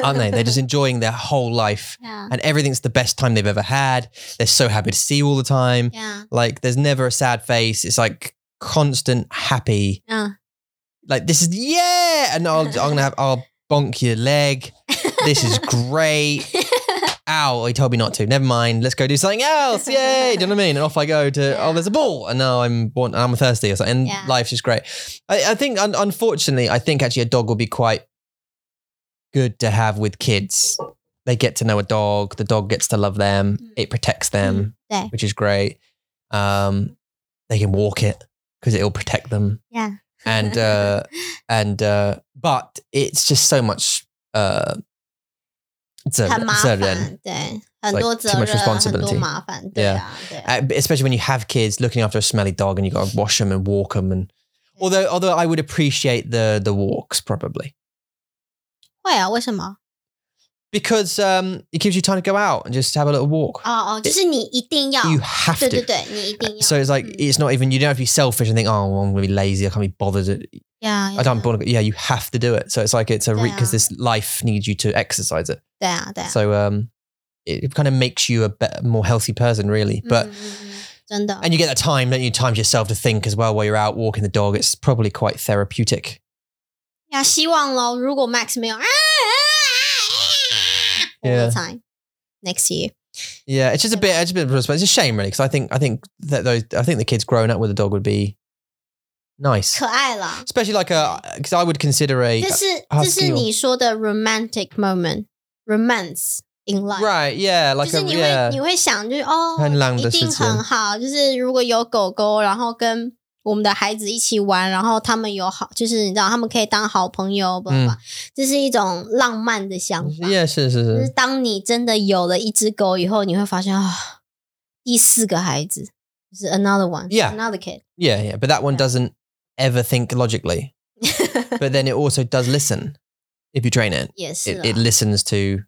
aren't they? They're just enjoying their whole life.
<laughs> Yeah.
and everything's the best time they've ever had. They're so happy to see you all the time.
Yeah.
Like there's never a sad face. It's like constant happy.
Yeah.
Like this is yeah, and I'll I'm gonna have I'll bonk your leg. This is great. ow, he told me not to. Never mind. Let's go do something else. Yay. do you know what I mean? And off I go to,
Yeah.
oh, there's a ball. And now I'm born, I'm thirsty or something. And
Yeah.
life's just great. I, I think, un- unfortunately, I think actually a dog would be quite good to have with kids. They get to know a dog. The dog gets to love them.
Mm.
It protects them,
Mm. 对。
which is great. Um, they can walk it because it'll protect them.
Yeah. <laughs>
And, uh, and uh but it's just so much uh 责
很麻
责任
烦，对，很多
Like, too
责任
much
很多
responsibility.
麻烦，对啊，对啊，
Uh, especially when you have kids looking after a smelly dog and you got to wash them and walk them and although although I would appreciate the the walks probably
会啊？为什么？
because um it gives you time to go out and just have a little walk
哦哦，就是你一定要，
you have
对
to
对对，你一定要。
so it's like
Mm.
it's not even you don't have to be selfish and think oh well, I'm gonna be lazy I can't be bothered
Yeah,
I don't
yeah.
bother yeah you have to do it so it's like it's a because
Yeah.
this life needs you to exercise it
对啊，对啊。
So um, it, it kind of makes you a better, more healthy person, really. But
嗯嗯嗯真的，
and you get that time, don't you? Time to yourself to think as well while you're out walking the dog. It's probably quite therapeutic.
呀，希望喽。如果 Max 没有啊 <laughs> 啊啊啊
Yeah.
all the time next year，
Yeah, it's just a bit. It's a bit of a response. It's a shame, really, because I think I think that those I think the kids growing up with a dog would be nice,
可爱啦。
especially like a because I would consider a uh,
这是
啊
这是
skill
你说的 romantic moment，romance in life。
right, yeah, like
就是
a
你会
yeah.
你会想，就是哦，
很浪
一
的
定
事情
很好。就是如果有狗狗，然后跟我们的孩子一起玩，然后他们有好，就是你知道他们可以当好朋友，不
嗯
吧？这是一种浪漫的想法。
Yeah, 是是
就是是当你真的有了一只狗以后，你会发现啊，第四个孩子就是 another
Yeah.
one，another kid。 <laughs>
yeah, yeah. But that one doesn't ever think logically. but then it also does listen if you train it.
也是
It,
啦
it listens to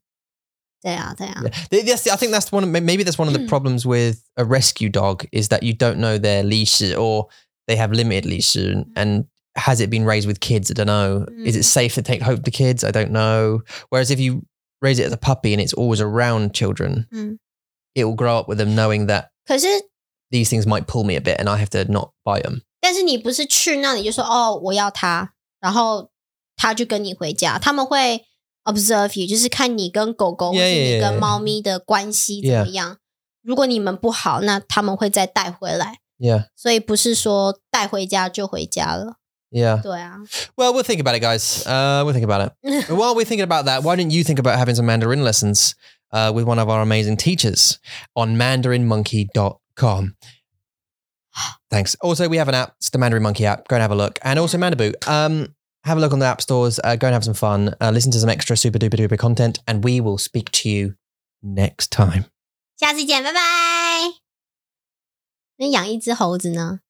对啊，对啊，
Yeah. Th- That's, I think that's one. Of, may- maybe that's one of the
Mm.
problems with a rescue dog is that you don't know their leash or they have limited leash and, and has it been raised with kids? I don't know. Is it
Mm.
safe to take hope to kids? I don't know. Whereas if you raise it as a puppy and it's always around children,
Mm.
it will grow up with them knowing that
可是
these things might pull me a bit and I have to not bite them.
但是你不是去那里就说哦我要它，然后它就跟你回家，他们会 observe you，就是看你跟狗狗
Yeah,
或是
yeah,
你
yeah,
跟
yeah.
猫咪的关系怎么样。如果你们不好，那他们会再带回来，
Yeah.
所以不是说带回家就回家了。
Yeah.
对啊，
Well, we'll think about it, guys. Uh, we'll think about it. But while we're thinking about that, why don't you think about having some Mandarin lessons uh, with one of our amazing teachers on mandarinmonkey.com? Thanks. Also, we have an app. It's the Mandarin Monkey app. Go and have a look. And also Mandaboo. Um, have a look on the app stores. Uh, go and have some fun. Uh, listen to some extra super duper duper content. And we will speak to you next time.
下次见，拜拜。那养一只猴子呢？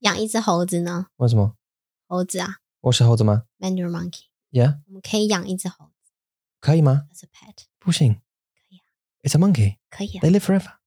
养一只猴子呢？
What's more?
猴子啊
What's the hold on?
，Mandarin monkey。
Yeah.
我们可以养一只猴子
Okay, ma.
，as a pet，
Pushing. It's a monkey.
可以啊。啊
They live forever.